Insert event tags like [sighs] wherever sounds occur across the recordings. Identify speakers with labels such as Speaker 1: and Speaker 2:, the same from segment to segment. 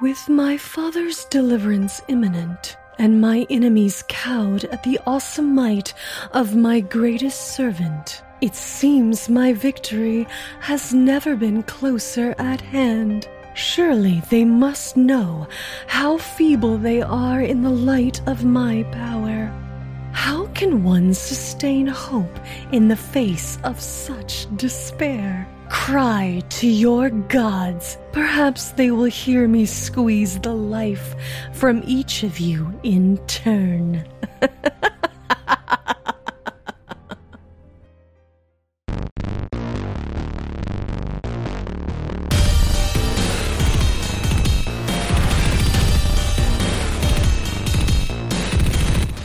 Speaker 1: With my father's deliverance imminent, and my enemies cowed at the awesome might of my greatest servant, it seems my victory has never been closer at hand. Surely they must know how feeble they are in the light of my power. How can one sustain hope in the face of such despair? Cry to your gods. Perhaps they will hear me squeeze the life from each of you in turn. [laughs]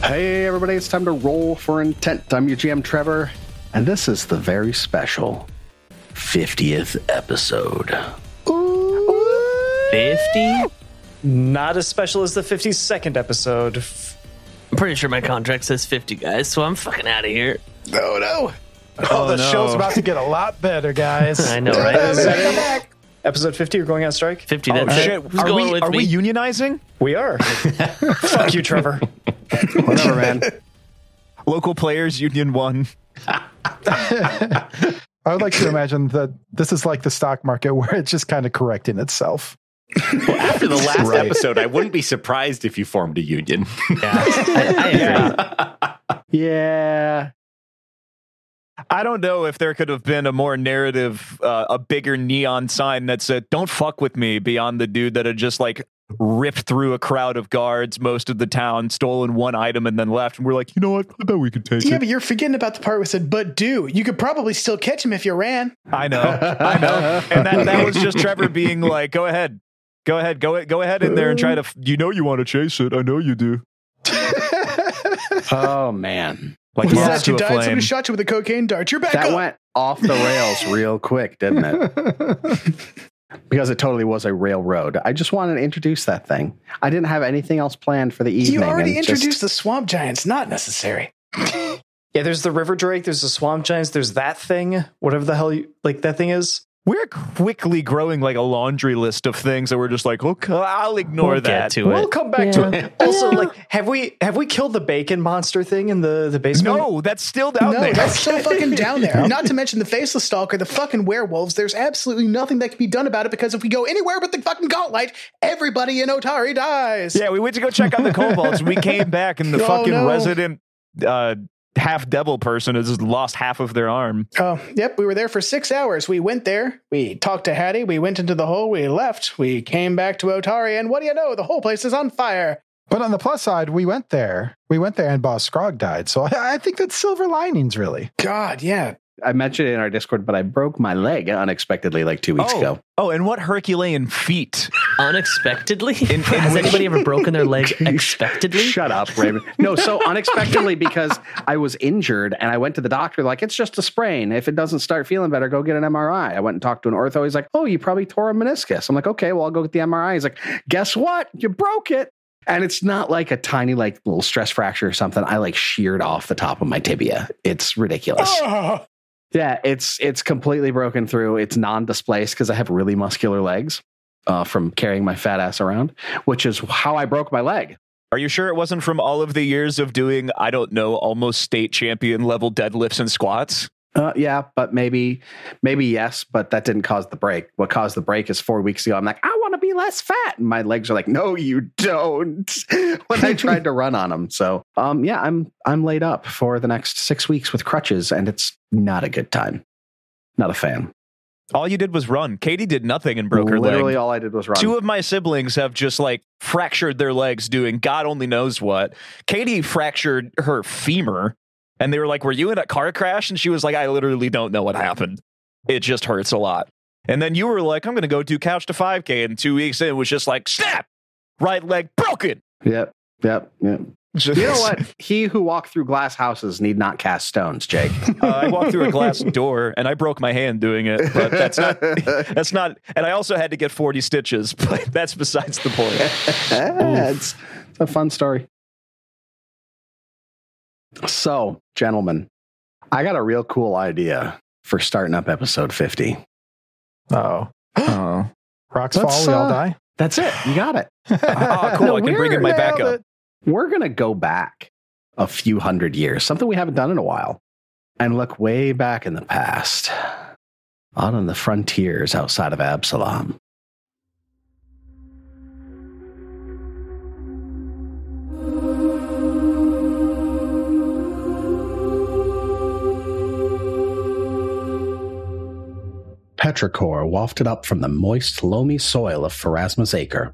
Speaker 2: Hey, everybody, it's time to roll for intent. I'm your GM, Trevor, and this is the very special 50th episode.
Speaker 3: 50? I'm
Speaker 4: Not as special as the 52nd episode. F-
Speaker 3: pretty sure my contract says 50, guys, so I'm fucking out of here.
Speaker 2: No, no.
Speaker 5: Oh, the
Speaker 3: no.
Speaker 5: show's about to get a lot better, guys.
Speaker 4: [laughs]
Speaker 3: I know, right?
Speaker 4: Episode 50, we're going on strike?
Speaker 3: 50, that's
Speaker 5: Oh,
Speaker 3: it.
Speaker 5: shit.
Speaker 3: Who's
Speaker 5: Are,
Speaker 3: going
Speaker 5: we,
Speaker 3: with
Speaker 5: are
Speaker 3: me?
Speaker 5: we unionizing?
Speaker 4: We are. Fuck you, Trevor.
Speaker 3: [laughs]
Speaker 2: Whatever, man.
Speaker 5: Local players, union one. I would like to imagine that this is like the
Speaker 6: [laughs]
Speaker 5: stock market where it's just kind of correcting itself.
Speaker 7: After
Speaker 8: [laughs]
Speaker 7: the last
Speaker 5: Right.
Speaker 7: episode, I wouldn't be surprised if you formed a union.
Speaker 3: I, I agree.
Speaker 5: Yeah. Eh, I don't know if there could have been a more narrative, uh, a bigger neon sign that said, don't fuck with me, beyond the dude that had just like ripped through a crowd of guards most of the town, stolen one item, and then left. And we're like, you know what? I bet we could take
Speaker 9: Yeah,
Speaker 5: it.
Speaker 9: but you're forgetting about the part where it said, but do. You could probably still catch him if you ran.
Speaker 5: I know. I know. And that, that was just Trevor being like, go ahead. Go ahead. Go, go ahead in there and try to. F- you know you want to chase it. I know you do.
Speaker 2: Oh, man.
Speaker 5: Like,
Speaker 9: What's
Speaker 5: moths
Speaker 9: that? You
Speaker 5: to a
Speaker 9: died,
Speaker 5: flame.
Speaker 9: somebody shot you with a cocaine dart. You're back
Speaker 2: That
Speaker 9: up.
Speaker 2: went off the rails real quick, didn't
Speaker 9: [laughs]
Speaker 2: it? Because it totally was a railroad. I just wanted to introduce that thing. I didn't have anything else planned for the evening.
Speaker 9: you already
Speaker 2: and just-
Speaker 9: introduced the swamp giants. Not necessary.
Speaker 4: Yeah, there's the river drake, there's the swamp giants, there's that thing, whatever the hell you, like that thing is.
Speaker 5: We're quickly growing like a laundry list of things that we're just like, okay, I'll ignore
Speaker 3: We'll
Speaker 5: that.
Speaker 3: get to
Speaker 4: We'll
Speaker 3: it.
Speaker 4: come back to it. Also, like, have we have we killed the bacon monster thing in the the basement?
Speaker 5: No, that's still down
Speaker 9: No,
Speaker 5: there.
Speaker 9: that's
Speaker 3: [laughs]
Speaker 5: [laughs]
Speaker 9: still fucking down there. Not to mention the faceless stalker, the fucking werewolves. There's absolutely nothing that can be done about it because if we go anywhere but the fucking gauntlet, everybody in Otari dies.
Speaker 5: yeah, we went to go
Speaker 9: [laughs]
Speaker 5: check on the
Speaker 2: [laughs]
Speaker 5: kobolds. and we came back, and the
Speaker 9: Oh,
Speaker 5: fucking
Speaker 9: no.
Speaker 5: resident uh, half devil person has just lost half of their arm.
Speaker 9: Oh, yep. We were there for six hours. We went there. We talked to Hattie. We went into the hole. We left. We came back to Otari. And what do you know? The whole place is on fire.
Speaker 6: But on the plus side, we went there. We went there and Boss Scrog died. So I, I think that's silver linings, really.
Speaker 9: God, yeah.
Speaker 2: I mentioned it in our Discord, but I broke my leg unexpectedly like two [laughs] weeks
Speaker 5: oh,
Speaker 2: ago.
Speaker 5: oh, and what Herculean feat?
Speaker 3: Unexpectedly? [laughs] Has anybody ever broken their
Speaker 2: [laughs]
Speaker 3: leg expectedly?
Speaker 2: Shut up, Raven.
Speaker 3: [laughs]
Speaker 2: No, so unexpectedly because I was injured and I went to the doctor, like, it's just a sprain. If it doesn't start feeling better, go get an MRI. I went and talked to an ortho. He's like, oh, you probably tore a meniscus. I'm like, okay, well, I'll go get the MRI. He's like, guess what? You broke it. And it's not like a tiny, like, little stress fracture or something. I like sheared off the top of my tibia. It's ridiculous.
Speaker 3: [laughs]
Speaker 4: [laughs]
Speaker 9: Oh,
Speaker 2: Yeah, it's it's completely broken through. It's non-displaced because I have really muscular legs uh, from carrying my fat ass around, which is how I broke my leg.
Speaker 5: Are you sure it wasn't from all of the years of doing, I don't know, almost state champion level deadlifts and squats?
Speaker 2: Uh, yeah, but maybe, maybe yes, but that didn't cause the break. What caused the break is four weeks ago. I'm like, I want to be less fat, and my legs are like, no, you don't. [laughs] when I tried to run on them, so um, yeah, I'm I'm laid up for the next six weeks with crutches, and it's not a good time. Not a fan.
Speaker 5: All you did was run. Katie did nothing and broke her leg.
Speaker 2: Literally, all I did was run.
Speaker 5: Two of my siblings have just like fractured their legs doing God only knows what. Katie fractured her femur, and they were like, Were you in a car crash? And she was like, I literally don't know what happened. It just hurts a lot. And then you were like, I'm going to go do couch to 5K. And two weeks in, it was just like, Snap! Right leg broken.
Speaker 2: yep, yep, yep. You know what? He who walked through glass houses need not cast stones, Jake.
Speaker 5: Uh, I walked through
Speaker 2: [laughs]
Speaker 5: a glass door and I broke my hand doing it, but that's not. That's not, and I also had to get 40 stitches, [laughs] but that's besides the point.
Speaker 2: it's, it's a fun story. So, gentlemen, I got a real cool idea for starting up episode 50.
Speaker 5: Oh.
Speaker 6: Rocks
Speaker 2: Let's,
Speaker 5: [gasps]
Speaker 6: fall, we all
Speaker 2: uh,
Speaker 6: die.
Speaker 2: That's it. You got
Speaker 5: [laughs]
Speaker 2: it.
Speaker 5: Oh,
Speaker 2: [laughs]
Speaker 5: cool.
Speaker 2: No,
Speaker 5: I can bring
Speaker 2: we're-
Speaker 5: in my
Speaker 2: nailed
Speaker 5: backup.
Speaker 2: it. We're going to go back a few hundred years, something we haven't done in a while, and look way back in the past, out on the frontiers outside of Absalom. Petrichor wafted up from the moist, loamy soil of Pharasma's acre.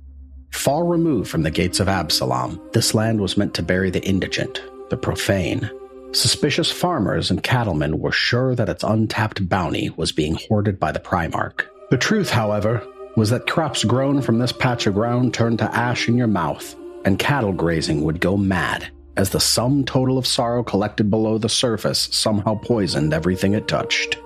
Speaker 2: Far removed from the gates of Absalom, this land was meant to bury the indigent, the profane. Suspicious farmers and cattlemen were sure that its untapped bounty was being hoarded by the Primarch. The truth, however, was that crops grown from this patch of ground turned to ash in your mouth, and cattle grazing would go mad as the sum total of sorrow collected below the surface somehow poisoned everything it touched.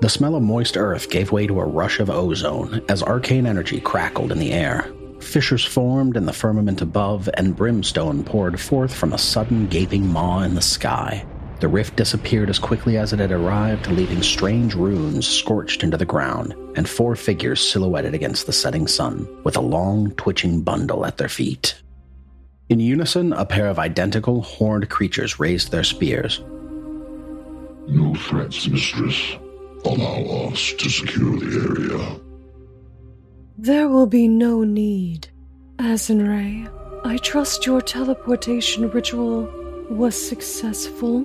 Speaker 2: The smell of moist earth gave way to a rush of ozone as arcane energy crackled in the air. Fissures formed in the firmament above, and brimstone poured forth from a sudden gaping maw in the sky. The rift disappeared as quickly as it had arrived, leaving strange runes scorched into the ground, and four figures silhouetted against the setting sun, with a long, twitching bundle at their feet. In unison, a pair of identical, horned creatures raised their spears,
Speaker 10: No threats, mistress. Allow us to secure the area.
Speaker 1: There will be no need. Azenray, I trust your teleportation ritual was successful.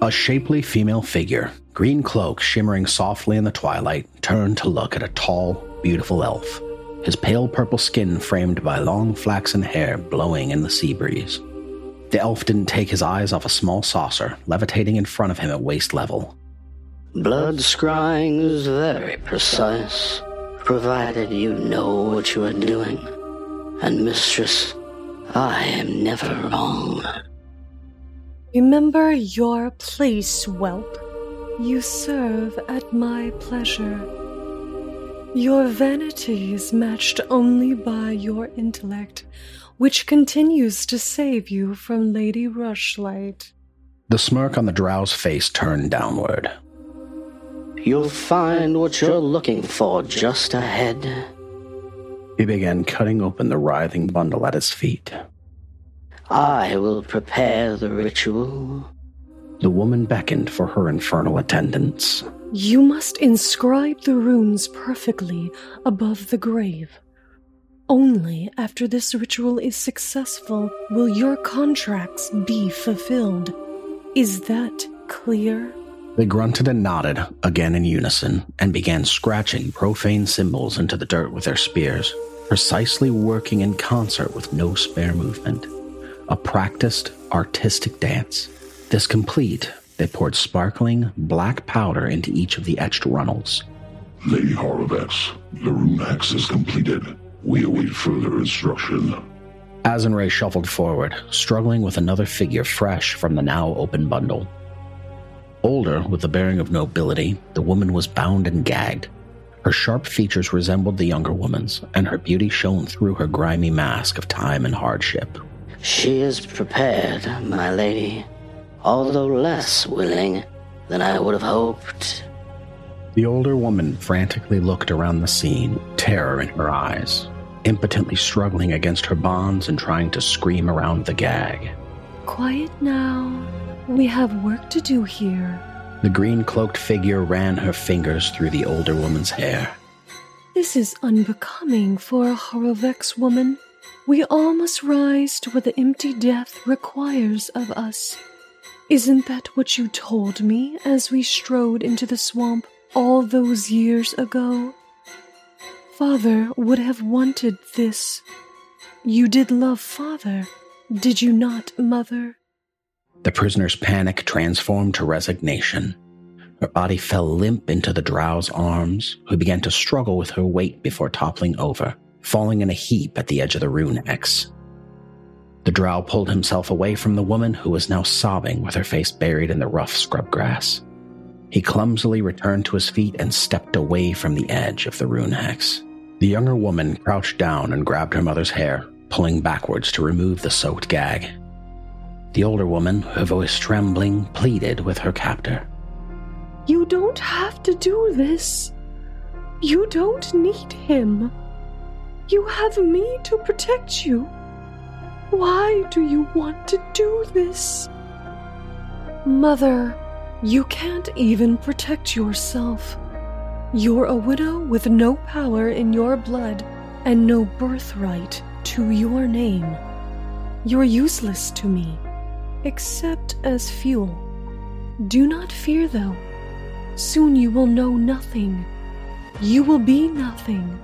Speaker 2: A shapely female figure, green cloak shimmering softly in the twilight, turned to look at a tall, beautiful elf, his pale purple skin framed by long flaxen hair blowing in the sea breeze. The elf didn't take his eyes off a small saucer levitating in front of him at waist level.
Speaker 11: Blood scrying is very precise, provided you know what you are doing. And, mistress, I am never wrong.
Speaker 1: Remember your place, whelp. You serve at my pleasure. Your vanity is matched only by your intellect, which continues to save you from Lady Rushlight.
Speaker 2: The smirk on the drow's face turned downward.
Speaker 11: You'll find what you're looking for just ahead.
Speaker 2: He began cutting open the writhing bundle at his feet.
Speaker 11: I will prepare the ritual.
Speaker 2: The woman beckoned for her infernal attendants.
Speaker 1: You must inscribe the runes perfectly above the grave. Only after this ritual is successful will your contracts be fulfilled. Is that clear?
Speaker 2: They grunted and nodded, again in unison, and began scratching profane symbols into the dirt with their spears, precisely working in concert with no spare movement. A practiced, artistic dance. This complete, they poured sparkling, black powder into each of the etched runnels.
Speaker 10: Lady Horovex, the rune axe is completed. We await further instruction.
Speaker 2: Azenray shuffled forward, struggling with another figure fresh from the now open bundle. Older, with the bearing of nobility, the woman was bound and gagged. Her sharp features resembled the younger woman's, and her beauty shone through her grimy mask of time and hardship.
Speaker 11: She is prepared, my lady, although less willing than I would have hoped.
Speaker 2: The older woman frantically looked around the scene, terror in her eyes, impotently struggling against her bonds and trying to scream around the gag.
Speaker 1: Quiet now. We have work to do here.
Speaker 2: The green cloaked figure ran her fingers through the older woman's hair.
Speaker 1: This is unbecoming for a Horovex woman. We all must rise to what the empty death requires of us. Isn't that what you told me as we strode into the swamp all those years ago? Father would have wanted this. You did love Father, did you not, Mother?
Speaker 2: The prisoner's panic transformed to resignation. Her body fell limp into the drow's arms, who began to struggle with her weight before toppling over, falling in a heap at the edge of the rune X. The drow pulled himself away from the woman who was now sobbing with her face buried in the rough scrub grass. He clumsily returned to his feet and stepped away from the edge of the rune hex. The younger woman crouched down and grabbed her mother's hair, pulling backwards to remove the soaked gag. The older woman, her voice trembling, pleaded with her captor.
Speaker 1: You don't have to do this. You don't need him. You have me to protect you. Why do you want to do this? Mother, you can't even protect yourself. You're a widow with no power in your blood and no birthright to your name. You're useless to me, except as fuel. Do not fear, though. Soon you will know nothing. You will be nothing,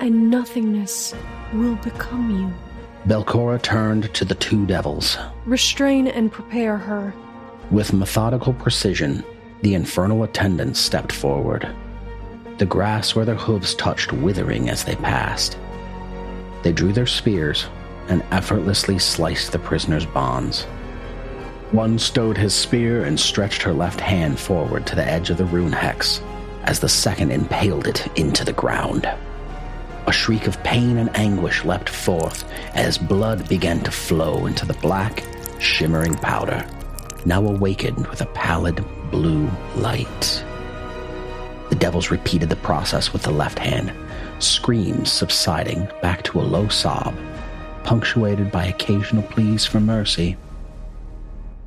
Speaker 1: and nothingness will become you.
Speaker 2: Belcora turned to the two devils.
Speaker 1: Restrain and prepare her.
Speaker 2: With methodical precision, the infernal attendants stepped forward, the grass where their hooves touched withering as they passed. They drew their spears and effortlessly sliced the prisoner's bonds. One stowed his spear and stretched her left hand forward to the edge of the rune hex as the second impaled it into the ground. A shriek of pain and anguish leapt forth as blood began to flow into the black, shimmering powder, now awakened with a pallid blue light. The devils repeated the process with the left hand, screams subsiding back to a low sob, punctuated by occasional pleas for mercy.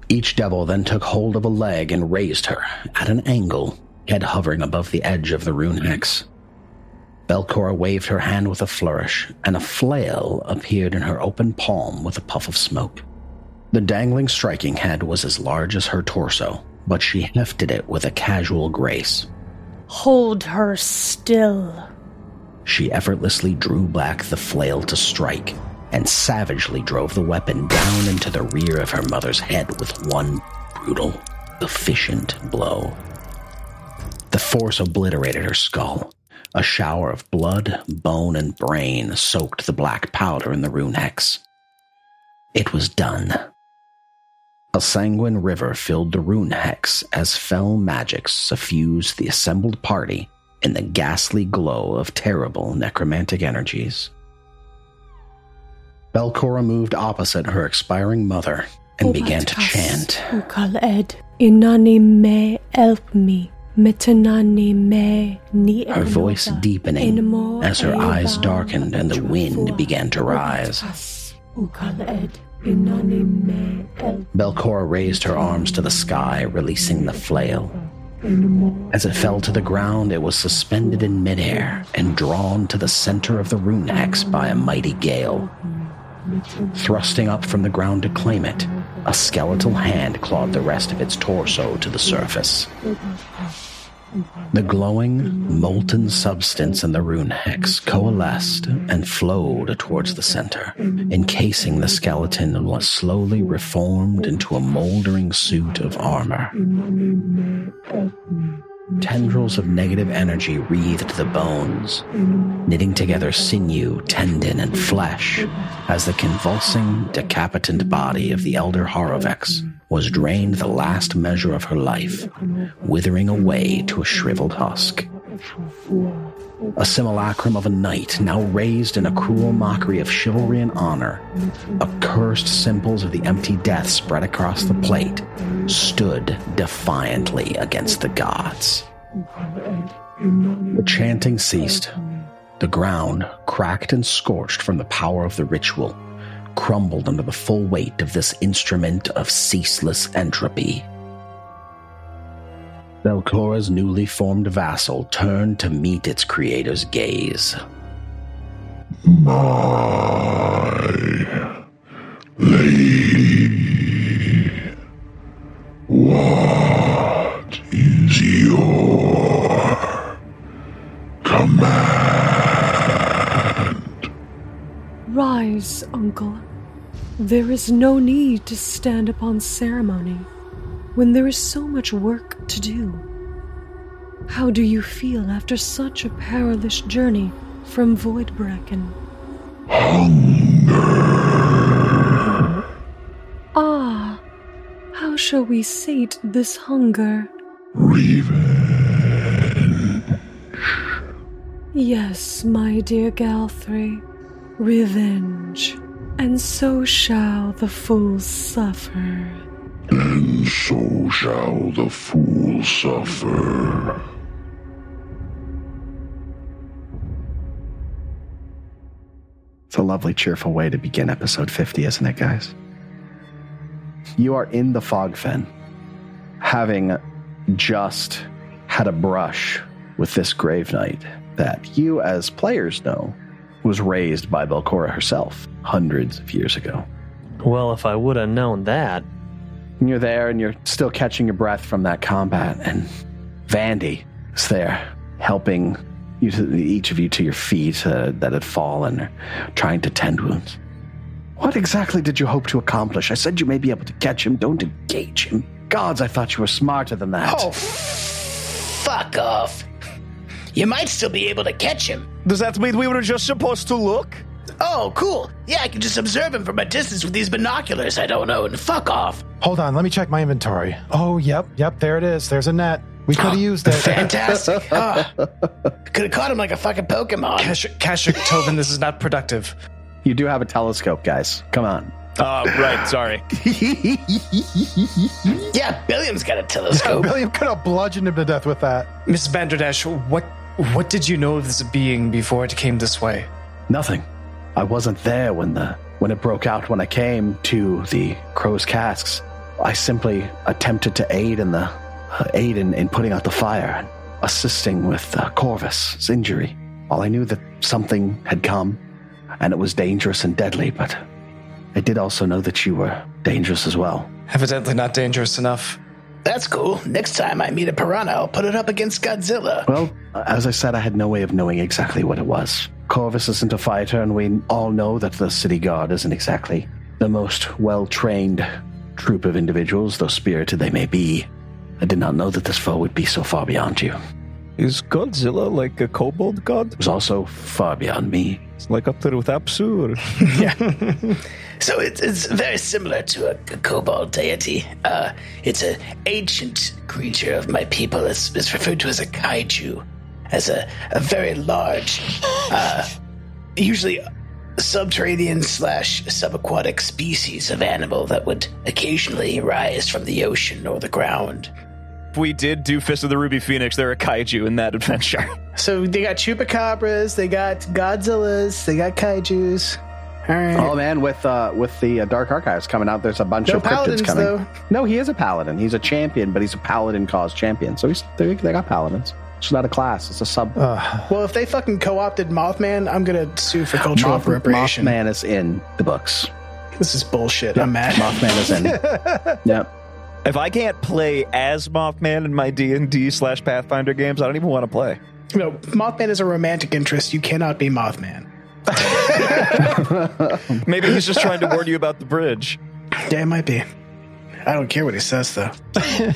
Speaker 2: Each devil then took hold of a leg and raised her at an angle, head hovering above the edge of the rune hex. Belcora waved her hand with a flourish, and a flail appeared in her open palm with a puff of smoke. The dangling striking head was as large as her torso, but she hefted it with a casual grace.
Speaker 12: Hold her still.
Speaker 2: She effortlessly drew back the flail to strike and savagely drove the weapon down into the rear of her mother's head with one brutal, efficient blow. The force obliterated her skull. A shower of blood, bone, and brain soaked the black powder in the rune hex. It was done. A sanguine river filled the rune hex as fell magics suffused the assembled party in the ghastly glow of terrible necromantic energies. Belcora moved opposite her expiring mother and began to chant.
Speaker 12: Ukal Ed.
Speaker 1: Inani me help me. Metanani me ni
Speaker 2: Her voice deepening as her eyes darkened and the wind began to rise.
Speaker 12: Ukal Ed. Inani me help
Speaker 2: Belcora raised her arms to the sky, releasing the flail. As it fell to the ground, it was suspended in midair and drawn to the center of the rune hex by a mighty gale. Thrusting up from the ground to claim it, a skeletal hand clawed the rest of its torso to the surface. The glowing, molten substance in the rune hex coalesced and flowed towards the center, encasing the skeleton while slowly reformed into a moldering suit of armor. Tendrils of negative energy wreathed the bones, knitting together sinew, tendon, and flesh as the convulsing, decapitant body of the elder Horovex was drained the last measure of her life, withering away to a shriveled husk. A simulacrum of a knight now raised in a cruel mockery of chivalry and honor, accursed symbols of the empty death spread across the plate, stood defiantly against the gods. The chanting ceased. The ground, cracked and scorched from the power of the ritual, crumbled under the full weight of this instrument of ceaseless entropy. Belcora's newly formed vassal turned to meet its creator's gaze.
Speaker 13: My lady, what is your command?
Speaker 1: Rise, uncle. There is no need to stand upon ceremony when there is so much work to do. How do you feel after such a perilous journey from Voidbracken? Ah, how shall we sate this hunger? Yes, my dear Galthry, revenge. And so shall the fool suffer.
Speaker 13: And so shall the fool suffer.
Speaker 2: It's a lovely, cheerful way to begin episode 50, isn't it, guys? You are in the fog fen, having just had a brush with this grave knight that you, as players, know was raised by Belcora herself hundreds of years ago.
Speaker 3: Well, if I would have known that.
Speaker 2: And you're there and you're still catching your breath from that combat, and Vandy is there helping you to, each of you to your feet uh, that had fallen, trying to tend wounds. What exactly did you hope to accomplish? I said you may be able to catch him, don't engage him. Gods, I thought you were smarter than that.
Speaker 13: Oh, fuck off. You might still be able to catch him.
Speaker 5: Does that mean we were just supposed to look?
Speaker 13: Oh, cool. Yeah, I can just observe him from a distance with these binoculars I don't own. Fuck off.
Speaker 6: Hold on, let me check my inventory. Oh, yep, yep, there it is. There's a net. We could have used it. [laughs]
Speaker 5: [laughs]
Speaker 13: Fantastic. Ah. Could have caught him like a fucking Pokemon.
Speaker 4: Kashrik, Kashrik Tovin, this is not productive. Uh,
Speaker 2: You do have a telescope, guys. Come on.
Speaker 5: Oh, right. [laughs] Sorry.
Speaker 13: [laughs] yeah, Billiam's got
Speaker 6: [laughs]
Speaker 13: a telescope.
Speaker 6: William could have bludgeoned him to death with that.
Speaker 4: Miss Banderdash, what what did you know of this being before it came this way?
Speaker 2: Nothing. I wasn't there when the when it broke out when I came to the crow's casks. I simply attempted to aid in the uh, aid in, in putting out the fire and assisting with uh, Corvus's injury. While I knew that something had come and it was dangerous and deadly, but I did also know that you were dangerous as well.
Speaker 4: Evidently not dangerous enough.
Speaker 13: That's cool. Next time I meet a piranha, I'll put it up against Godzilla.
Speaker 2: Well, as I said, I had no way of knowing exactly what it was. Corvus isn't a fighter, and we all know that the city guard isn't exactly the most well trained troop of individuals, though spirited they may be. I did not know that this foe would be so far beyond you.
Speaker 5: Is Godzilla like a kobold god?
Speaker 2: It was also far beyond me.
Speaker 5: It's like up there with Apsu. Or...
Speaker 13: So it's, it's very similar to a, a kobold deity. Uh, it's an ancient creature of my people. It's, it's referred to as a kaiju, as a, a very large, uh, usually subterranean slash subaquatic species of animal that would occasionally rise from the ocean or the ground.
Speaker 5: we did do Fist of the Ruby Phoenix. They're a kaiju in that adventure.
Speaker 9: So they got chupacabras, they got Godzillas, they got kaiju's. All right.
Speaker 2: Oh man, with uh, with the uh, Dark Archives coming out, there's a bunch
Speaker 9: No
Speaker 2: of cryptids
Speaker 9: paladins,
Speaker 2: coming.
Speaker 9: though.
Speaker 2: No, he is a paladin. He's a champion, but he's a paladin cause champion. So he's they, they got paladins. It's not a class. It's a sub.
Speaker 9: Well, if they fucking co-opted Mothman, I'm gonna sue for cultural
Speaker 2: Moth-
Speaker 9: appropriation.
Speaker 2: Mothman is in the books.
Speaker 9: This is bullshit.
Speaker 2: Yep,
Speaker 9: I'm mad.
Speaker 2: Mothman is in. yep.
Speaker 5: If I can't play as Mothman in my D and D slash Pathfinder games, I don't even want to play.
Speaker 9: No, Mothman is a romantic interest. You cannot be Mothman.
Speaker 5: Maybe he's just trying to warn you about the bridge.
Speaker 9: Yeah, it might be. I don't care what he says though.
Speaker 6: [laughs]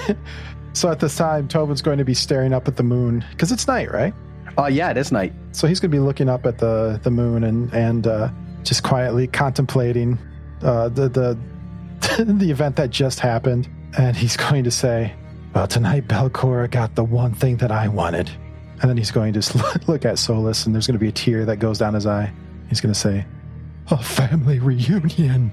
Speaker 6: So at this time, Tobin's going to be staring up at the moon because it's night, right?
Speaker 2: Uh, yeah, it is night.
Speaker 6: So he's going to be looking up at the the moon and and uh, just quietly contemplating uh, the the [laughs] the event that just happened. And he's going to say, "Well, tonight Belcora got the one thing that I wanted." And then he's going to just look- [laughs] look at Solus, and there's going to be a tear that goes down his eye. He's going to say, "A family reunion."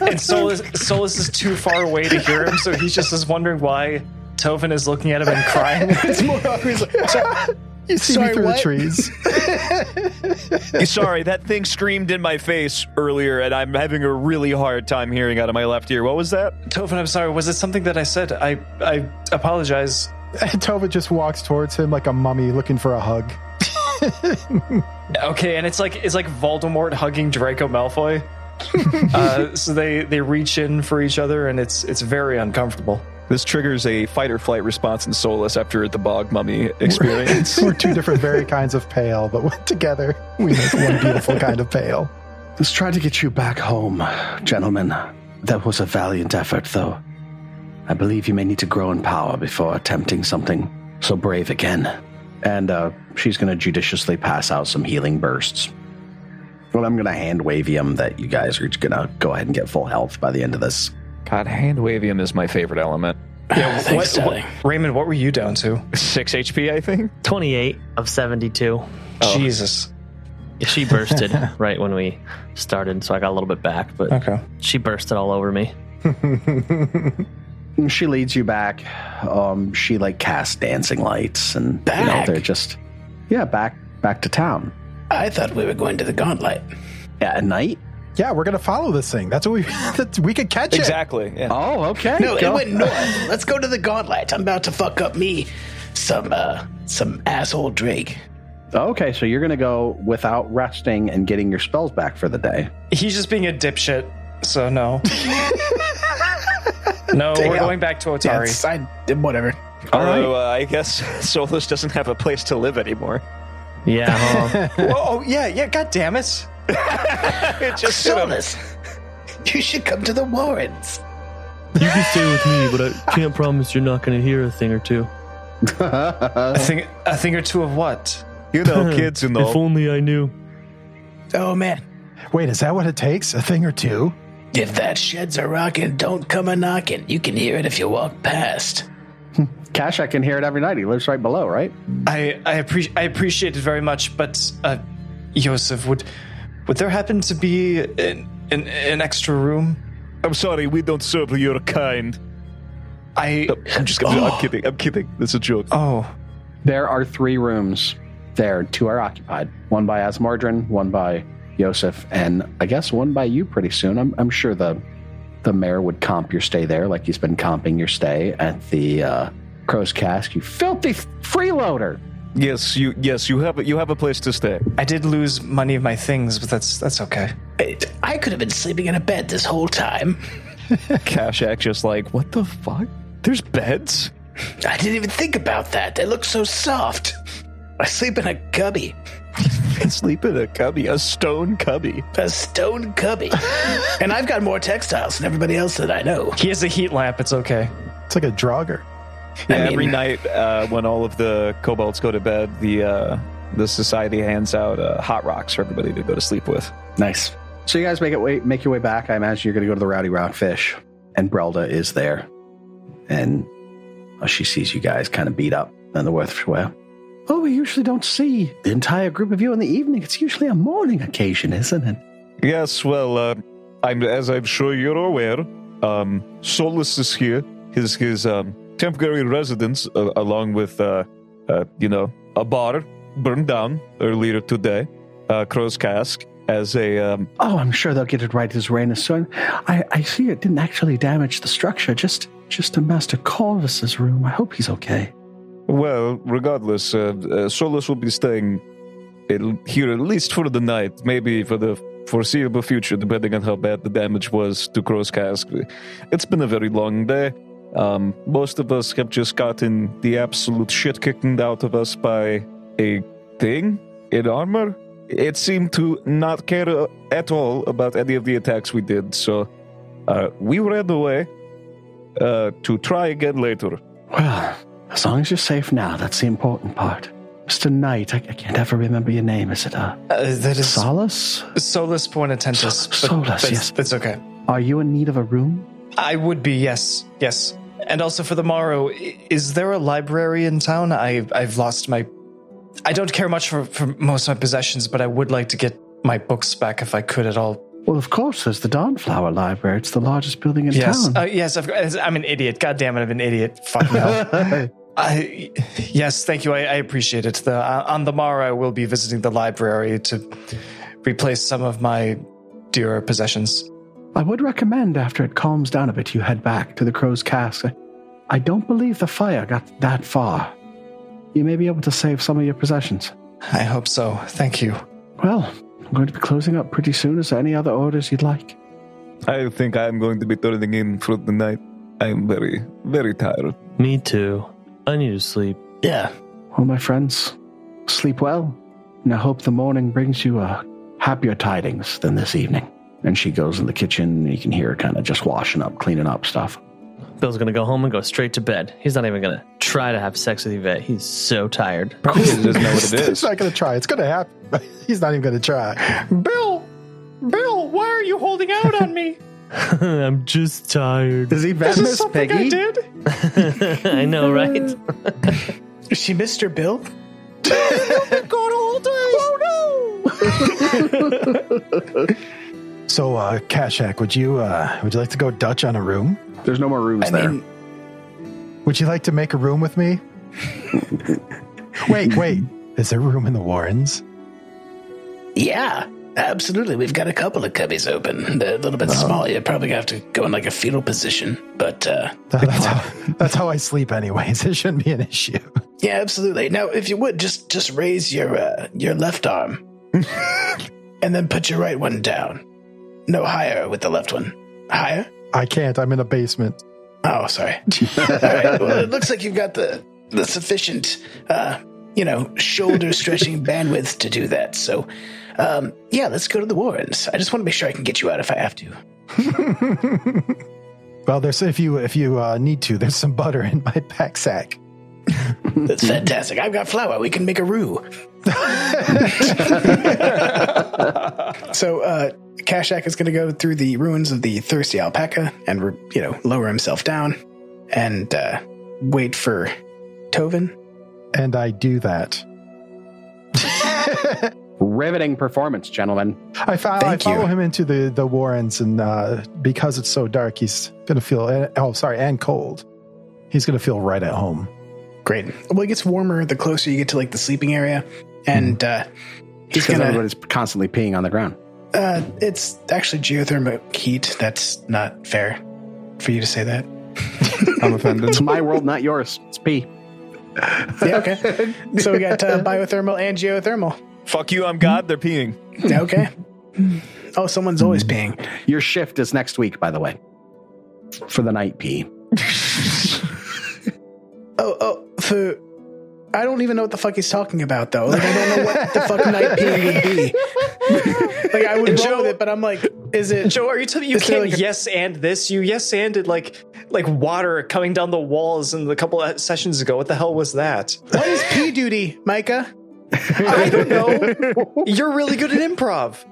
Speaker 4: And Solus, Solus is too far away to hear him, so he's just is wondering why Tovin is looking at him and
Speaker 6: [laughs]
Speaker 4: crying.
Speaker 9: it's more he's like, "So-
Speaker 6: You see
Speaker 9: Sorry,
Speaker 6: me through
Speaker 9: what?"
Speaker 6: the trees.
Speaker 5: Sorry, that thing screamed in my face earlier, and I'm having a really hard time hearing out of my left ear. What was that?
Speaker 4: Tovin, I'm [laughs] sorry. Was it something that I said? I I apologize.
Speaker 6: And [laughs] Tova just walks towards him like a mummy looking for a hug. [laughs]
Speaker 4: Okay, and it's like it's like Voldemort hugging Draco Malfoy. uh, so they they reach in for each other, and it's it's very uncomfortable.
Speaker 5: This triggers a fight or flight response in Solus after the bog mummy experience.
Speaker 6: We're two different very kinds of pale, but when together we make one beautiful kind of pale.
Speaker 2: Let's try to get you back home, gentlemen. That was a valiant effort, though. I believe you may need to grow in power before attempting something so brave again. And uh, she's going to judiciously pass out some healing bursts. Well, I'm going to hand wavium that you guys are going to go ahead and get full health by the end of this.
Speaker 5: God, hand wavium is my favorite element.
Speaker 4: Yeah,
Speaker 13: Thanks,
Speaker 4: what,
Speaker 13: darling.
Speaker 4: what- Raymond, what were you down to?
Speaker 5: Six HP, I think.
Speaker 3: 28 of 72.
Speaker 2: Oh.
Speaker 4: Jesus.
Speaker 3: She bursted [laughs] right when we started, so I got a little bit back, but
Speaker 4: Okay.
Speaker 3: she bursted all over me.
Speaker 2: And [laughs] She leads you back. Um, she like casts dancing lights, and you know,
Speaker 13: Back?
Speaker 2: they're just yeah back back to town.
Speaker 13: I thought we were going to the gauntlet.
Speaker 2: Yeah, at night.
Speaker 6: Yeah, we're gonna follow this thing. That's what we. [laughs] That's, we could catch
Speaker 5: Exactly.
Speaker 6: it.
Speaker 5: Yeah.
Speaker 2: Oh, okay.
Speaker 13: No,
Speaker 6: go.
Speaker 13: it went north. Let's go to the gauntlet. I'm about to fuck up me some uh some asshole Drake.
Speaker 2: Okay, so you're going to go without resting and getting your spells back for the day.
Speaker 4: He's just being a dipshit,
Speaker 6: [laughs]
Speaker 4: so no. no, Oh, we're
Speaker 13: Damn.
Speaker 4: going back to
Speaker 13: Yeah,
Speaker 4: Otari.
Speaker 13: it's- I, whatever.
Speaker 5: Although uh, I guess [laughs] Solus doesn't have a place to live anymore.
Speaker 13: [laughs]
Speaker 3: Yeah.
Speaker 4: Whoa, oh yeah, yeah. God damn it!
Speaker 5: it just
Speaker 13: Solus, you should come to the Warrens.
Speaker 14: You can stay with me, but I can't promise you're not going to hear a thing or two.
Speaker 4: a thing, a thing or two
Speaker 14: [laughs]
Speaker 4: of what?
Speaker 5: You
Speaker 14: If only I knew.
Speaker 13: Oh man,
Speaker 6: Wait, is that what it takes? A thing or two?
Speaker 13: if that shed's a rockin', don't come a knockin'. You can hear it if you walk past.
Speaker 2: [laughs] Cash, I can hear it every night. He lives right below, right?
Speaker 4: I I, appre- I appreciate it very much, but uh, Yosef, would would there happen to be an an, an extra room?
Speaker 5: uh, I'm sorry, we don't serve your kind. Oh,
Speaker 4: I
Speaker 5: I'm just kidding. I'm kidding. I'm
Speaker 13: [laughs]
Speaker 5: kidding. That's a joke.
Speaker 4: Oh.
Speaker 2: There are three rooms there. Two are occupied. One by Asmordran, one by Yosef, and I guess one by you pretty soon. I'm, I'm sure the the mayor would comp your stay there like he's been comping your stay at the uh, Crow's Cask. You filthy freeloader.
Speaker 5: Yes, you. Yes, you have. You have a place to stay.
Speaker 4: I did lose money of my things, but that's that's okay.
Speaker 13: I could have been sleeping in a bed this whole time.
Speaker 5: Kashak just like, what the fuck? There's beds.
Speaker 13: I didn't even think about that. They look so soft. I sleep in a cubby.
Speaker 5: Sleep in a cubby, a stone cubby.
Speaker 13: A stone
Speaker 6: [laughs]
Speaker 13: cubby. and I've got more textiles than everybody else that I know.
Speaker 4: He has a heat lamp. It's okay.
Speaker 6: It's like a drogger.
Speaker 5: Yeah,
Speaker 13: I mean-
Speaker 5: every night uh, when all of the kobolds go to bed, the uh, the society hands out uh, hot rocks for everybody to go to sleep with.
Speaker 2: Nice. So you guys make it way, make your way back. I imagine you're going to go to the Rowdy Rockfish, and Brelda is there, and uh, she sees you guys kind of beat up in the Worth Well, Oh, we usually don't see the entire group of you in the evening. It's usually a morning occasion, isn't it?
Speaker 5: [laughs] Yes, well, uh, I'm as I'm sure you're aware, um, Solus is here, his his um, temporary residence, uh, along with uh, uh, you know a bar burned down earlier today, uh, Crow's Cask as a um,
Speaker 2: Oh, I'm sure they'll get it right as rain is soon. I, I see it didn't actually damage the structure, just just to Master Corvus's room. I hope he's okay.
Speaker 5: Well, regardless, uh, uh, Solus will be staying at, here at least for the night, maybe for the foreseeable future, depending on how bad the damage was to Cross Cask. It's been a very long day. Um, most of us have just gotten the absolute shit kicked out of us by a thing in armor. It seemed to not care uh, at all about any of the attacks we did, so uh, we ran away uh, to try again later.
Speaker 2: Well, as long as you're safe now, that's the important part. Mr. Knight, I, I can't ever remember your name. Is it uh,
Speaker 4: that is
Speaker 2: Solace?
Speaker 4: Solus point attentus. but
Speaker 2: Solus,
Speaker 4: that's,
Speaker 2: yes.
Speaker 4: That's okay.
Speaker 2: Are you in need of a room?
Speaker 4: I would be yes, yes. And also for the morrow, i- is there a library in town? I I've lost my. I don't care much for for most of my possessions, but I would like to get my books back if I could at all.
Speaker 2: Well, of course, there's the Dawnflower Library. It's the largest building in
Speaker 4: yes,
Speaker 2: town.
Speaker 4: uh, yes. I've, I'm an idiot. God damn it, I'm an idiot. Fucking hell. I, yes, thank you. I, I appreciate it. The, uh, on the morrow, I will be visiting the library to replace some of my dearer possessions.
Speaker 2: I would recommend after it calms down a bit, you head back to the Crow's Cask. I- I don't believe the fire got that far. You may be able to save some of your possessions.
Speaker 4: I hope so. Thank you.
Speaker 2: Well, I'm going to be closing up pretty soon. Is there any other orders you'd like?
Speaker 5: I think I'm going to be turning in for the night. I'm very, very tired.
Speaker 14: Me too. I need to sleep.
Speaker 13: Yeah.
Speaker 2: Well, my friends, sleep well, and I hope the morning brings you uh, happier tidings than this evening. And she goes in the kitchen, and you can hear her kind of just washing up, cleaning up stuff.
Speaker 14: Bill's gonna go home and go straight to bed. He's not even gonna try to have sex with Yvette. He's so tired.
Speaker 5: Probably doesn't know
Speaker 3: [laughs]
Speaker 6: [laughs] He's not gonna try. It's gonna happen. [laughs] He's not even gonna try. Bill,
Speaker 4: Bill, why are you holding out on me?
Speaker 14: I'm just tired.
Speaker 2: Does he
Speaker 4: this is something I did.
Speaker 14: [laughs] I know,
Speaker 4: Mm.
Speaker 14: right?
Speaker 9: Is she Mr. Bill?
Speaker 6: [laughs]
Speaker 9: [laughs]
Speaker 6: So, uh, Kashak, would you uh, would you like to go Dutch on a room?
Speaker 2: There's no more rooms there.
Speaker 6: Would you like to make a room with
Speaker 2: [laughs]
Speaker 6: me? wait, wait. Is there room in the Warrens?
Speaker 13: Yeah, absolutely. We've got a couple of cubbies open. They're a little bit
Speaker 4: Uh-huh.
Speaker 6: Oh.
Speaker 13: small. You're probably going to have to go in like a fetal position. But uh,
Speaker 6: That's how, that's how I sleep, anyways. It shouldn't be an issue.
Speaker 13: yeah, absolutely. Now, if you would just just raise your uh, your
Speaker 6: [laughs]
Speaker 13: left arm, and then put your right one down. No higher with the left one. Higher.
Speaker 6: I can't. I'm in a basement.
Speaker 13: Oh, sorry. All right. Well, it looks like you've got the the sufficient, uh, you know,
Speaker 6: [laughs]
Speaker 13: shoulder stretching bandwidth to do that. So, um, yeah, let's go to the Warrens. I just want to make sure I can get you out if I have to.
Speaker 6: [laughs] Well, there's if you if you uh, need to, there's some butter in my [laughs] pack sack. [laughs]
Speaker 13: That's fantastic. I've got flour. We can make a roux.
Speaker 9: So uh, Kashak is going to go through the ruins of the thirsty alpaca and re- you know lower himself down and uh, wait for Tovin.
Speaker 6: And I do that.
Speaker 2: Riveting performance, gentlemen.
Speaker 6: I, fo- I
Speaker 2: Thank you.
Speaker 6: follow him into the the Warrens, and uh, because it's so dark, he's gonna feel and- oh sorry and cold. He's gonna feel right at home.
Speaker 9: Great. Well, it gets warmer the closer you get to like the sleeping area, and uh,
Speaker 6: Mm-hmm.
Speaker 9: he's
Speaker 2: Because
Speaker 9: gonna.
Speaker 2: everybody's constantly peeing on the ground.
Speaker 9: Uh, it's actually geothermal heat. That's not fair for you to
Speaker 6: [laughs]
Speaker 9: say that.
Speaker 2: I'm offended. it's my world, not yours. It's pee.
Speaker 9: Yeah. Okay. so we
Speaker 6: [laughs]
Speaker 9: got uh, biothermal and geothermal.
Speaker 5: Fuck you, I'm God. They're peeing.
Speaker 9: Okay. Oh, someone's always peeing.
Speaker 2: Your shift is next week, by the way, for the night
Speaker 4: [laughs]
Speaker 2: pee.
Speaker 9: Oh, oh, for. I don't even know what the fuck he's talking about, though. Like, I don't know what the fuck night peeing would be.
Speaker 4: [laughs]
Speaker 9: Like, I would roll with it, but I'm like, is it.
Speaker 4: Joe, are you telling me you
Speaker 9: Is there
Speaker 4: can
Speaker 9: like a-
Speaker 4: yes and this? You yes anded like like water coming down the walls in the couple of sessions ago. What the hell was that?
Speaker 9: What is pee
Speaker 4: [laughs]
Speaker 9: duty, Micah?
Speaker 4: I don't know. You're really good at improv.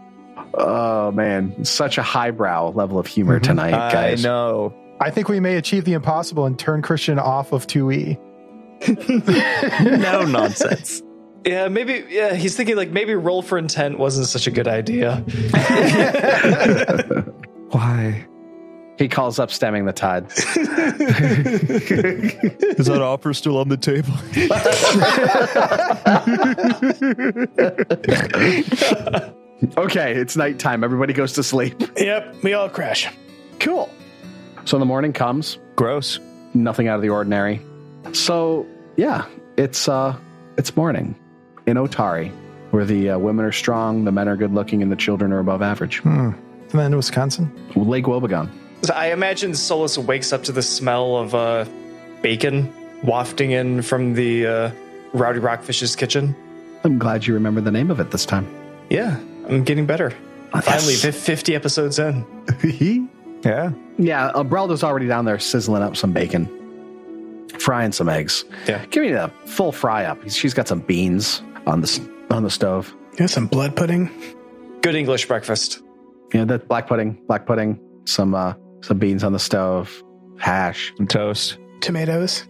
Speaker 2: Oh man, such a highbrow level of humor tonight, guys.
Speaker 5: Mm-hmm. know.
Speaker 6: I think we may achieve the impossible and turn Christian off of two
Speaker 5: [laughs]
Speaker 6: E.
Speaker 5: no nonsense.
Speaker 4: Yeah, maybe. Yeah, he's thinking like maybe roll for intent wasn't such a good idea.
Speaker 2: Why? He calls up stemming the
Speaker 5: [laughs]
Speaker 2: tide.
Speaker 5: Is that offer still on the table?
Speaker 2: okay, it's nighttime. Everybody goes to sleep.
Speaker 9: Yep, we all crash.
Speaker 2: Cool. So the morning comes.
Speaker 5: Gross.
Speaker 2: Nothing out of the ordinary. So yeah, it's uh, it's morning in Otari, where the uh, women are strong, the men are good looking, and the children are above average.
Speaker 6: Hmm. And then to Wisconsin.
Speaker 2: Lake Wobegon.
Speaker 4: So I imagine Solus wakes up to the smell of uh, bacon wafting in from the uh, Rowdy Rockfish's kitchen.
Speaker 2: I'm glad you remember the name of it this time.
Speaker 4: Yeah, I'm getting better. Finally,
Speaker 2: yes.
Speaker 4: fif- 50 episodes in. [laughs]
Speaker 5: yeah.
Speaker 2: Yeah, Umbrelda's already down there sizzling up some bacon, frying some eggs.
Speaker 4: Yeah.
Speaker 2: Give me the full fry up. She's got some beans on the s- on the stove.
Speaker 9: Yeah, some blood pudding.
Speaker 4: Good English breakfast.
Speaker 2: Yeah, that black pudding, black pudding, some uh some beans on the stove, hash,
Speaker 5: and toast,
Speaker 9: Tomatoes.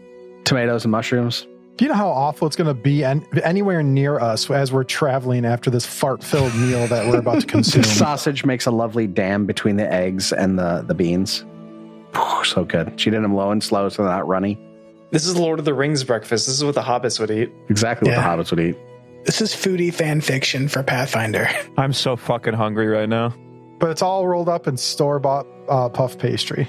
Speaker 2: tomatoes and mushrooms.
Speaker 6: Do you know how awful it's going to be an anywhere near us as we're traveling after this fart-filled meal that we're
Speaker 2: [laughs]
Speaker 6: about to
Speaker 2: The
Speaker 6: consume?
Speaker 2: sausage makes a lovely dam between the eggs and the the beans. Whew, so good. She did them low and slow, so they're not runny.
Speaker 4: This is Lord of the Rings breakfast. This is what the hobbits would eat.
Speaker 2: Exactly what
Speaker 9: Yeah.
Speaker 2: the hobbits would eat.
Speaker 9: This is foodie fan fiction for
Speaker 4: [laughs]
Speaker 9: Pathfinder.
Speaker 5: [laughs] I'm so fucking hungry right now.
Speaker 6: But it's all rolled up in store-bought uh, puff pastry.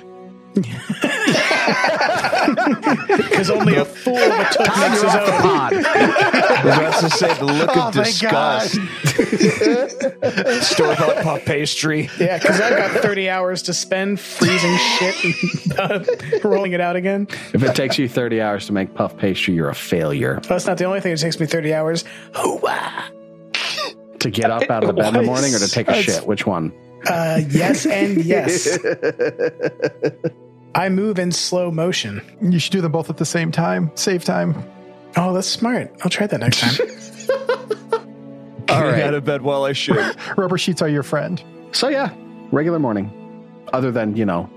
Speaker 9: Because only a [laughs] fool of a took makes his own.
Speaker 5: [laughs] I was about to say the look
Speaker 6: Oh,
Speaker 5: of
Speaker 6: my
Speaker 5: disgust. [laughs] Store bought puff pastry.
Speaker 9: Yeah, because I've got 30 hours to spend freezing shit and uh, rolling it out again.
Speaker 2: If it takes you 30 hours to make puff pastry, you're a failure.
Speaker 9: That's not the only thing that takes me 30 hours. Hoo-wah.
Speaker 2: To get up out of the bed in
Speaker 5: [laughs]
Speaker 2: the morning or to take a
Speaker 9: That's-
Speaker 2: shit, which one?
Speaker 9: Uh,
Speaker 6: [laughs]
Speaker 9: yes and
Speaker 5: [laughs]
Speaker 9: yes. I move in slow motion.
Speaker 6: You should do them both at the same time. Save time.
Speaker 9: Oh, that's smart. I'll try that next time. [laughs]
Speaker 5: All right. out of bed while I shit.
Speaker 6: Rubber sheets are your friend.
Speaker 2: So yeah, regular morning. Other than you know,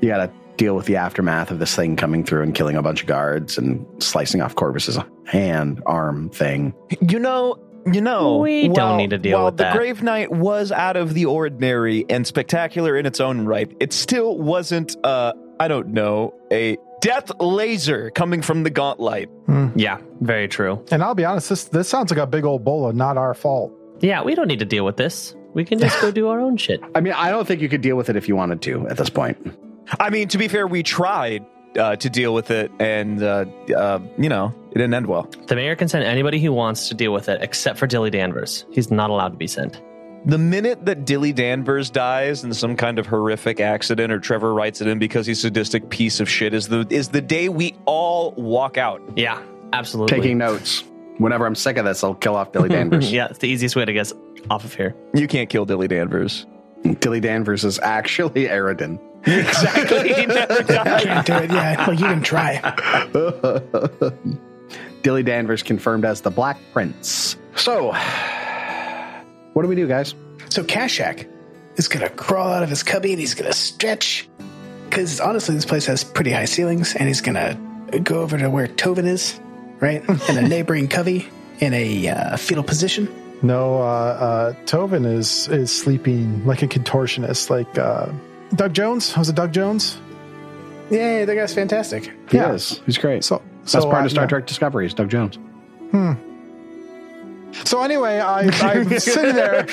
Speaker 2: you got to deal with the aftermath of this thing coming through and killing a bunch of guards and slicing off Corvus's hand, arm thing.
Speaker 5: You know, you know,
Speaker 14: We don't
Speaker 5: while-
Speaker 14: need to deal
Speaker 5: while
Speaker 14: with
Speaker 5: the
Speaker 14: that.
Speaker 5: Grave Knight was out of the ordinary and spectacular in its own right. It still wasn't, uh, I don't know, a death laser coming from the gauntlet.
Speaker 14: Yeah, very true.
Speaker 6: And I'll be honest, this this sounds like a big old bowl of not our fault.
Speaker 14: Yeah, we don't need to deal with this. We can
Speaker 2: [laughs]
Speaker 14: just go do our own shit.
Speaker 2: I mean, I don't think you could deal with it if you wanted to at this point.
Speaker 5: I mean, to be fair, we tried uh, to deal with it, and uh, uh, you know, it didn't end well.
Speaker 14: The mayor can send anybody he wants to deal with it, except for Dilly Danvers. He's not allowed to be sent.
Speaker 5: The minute that Dilly Danvers dies in some kind of horrific accident, or Trevor writes it in because he's a sadistic piece of shit, is the is the day we all walk out.
Speaker 14: Yeah, absolutely.
Speaker 2: Taking notes. Whenever I'm sick of this, I'll kill
Speaker 14: [laughs]
Speaker 2: off Dilly Danvers.
Speaker 14: yeah, it's the easiest way to get us off of here.
Speaker 5: You can't kill Dilly Danvers.
Speaker 2: Dilly Danvers is actually [laughs] Aridin.
Speaker 5: Exactly. He never
Speaker 9: Can't do it. Yeah, like you can try.
Speaker 2: [laughs] Dilly Danvers confirmed as the Black Prince. So, what do we do, guys?
Speaker 9: So Kashak is gonna crawl out of his cubby and he's gonna stretch. Cause honestly, this place has pretty high ceilings, and he's gonna go over to where Tovin is, right, in a neighboring cubby in a uh, fetal position.
Speaker 6: No, uh, uh, Tovin is is sleeping like a contortionist, like uh, Doug Jones. Was it Doug Jones?
Speaker 9: Yeah, that guy's fantastic.
Speaker 2: He is. He's great.
Speaker 6: So,
Speaker 2: That's part of Star
Speaker 6: Trek.
Speaker 2: Trek Discovery. Is
Speaker 9: [laughs]
Speaker 2: Doug Jones.
Speaker 6: Hmm. So anyway,
Speaker 9: [laughs]
Speaker 6: I, I'm sitting there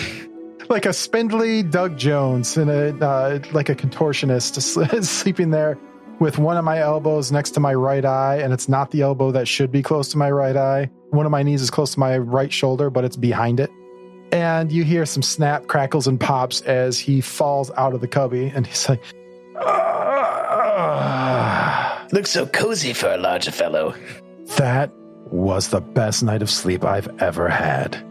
Speaker 6: like a spindly Doug Jones and a uh, like a contortionist s- [laughs] sleeping there with one of my elbows next to my right eye, and it's not the elbow that should be close to my right eye. One of my knees is close to my right shoulder, but it's behind it. And you hear some snap, crackles, and pops as he falls out of the cubby, and he's like, Ah.
Speaker 13: Looks so cozy for a larger fellow.
Speaker 6: "That was the best night of sleep I've ever had."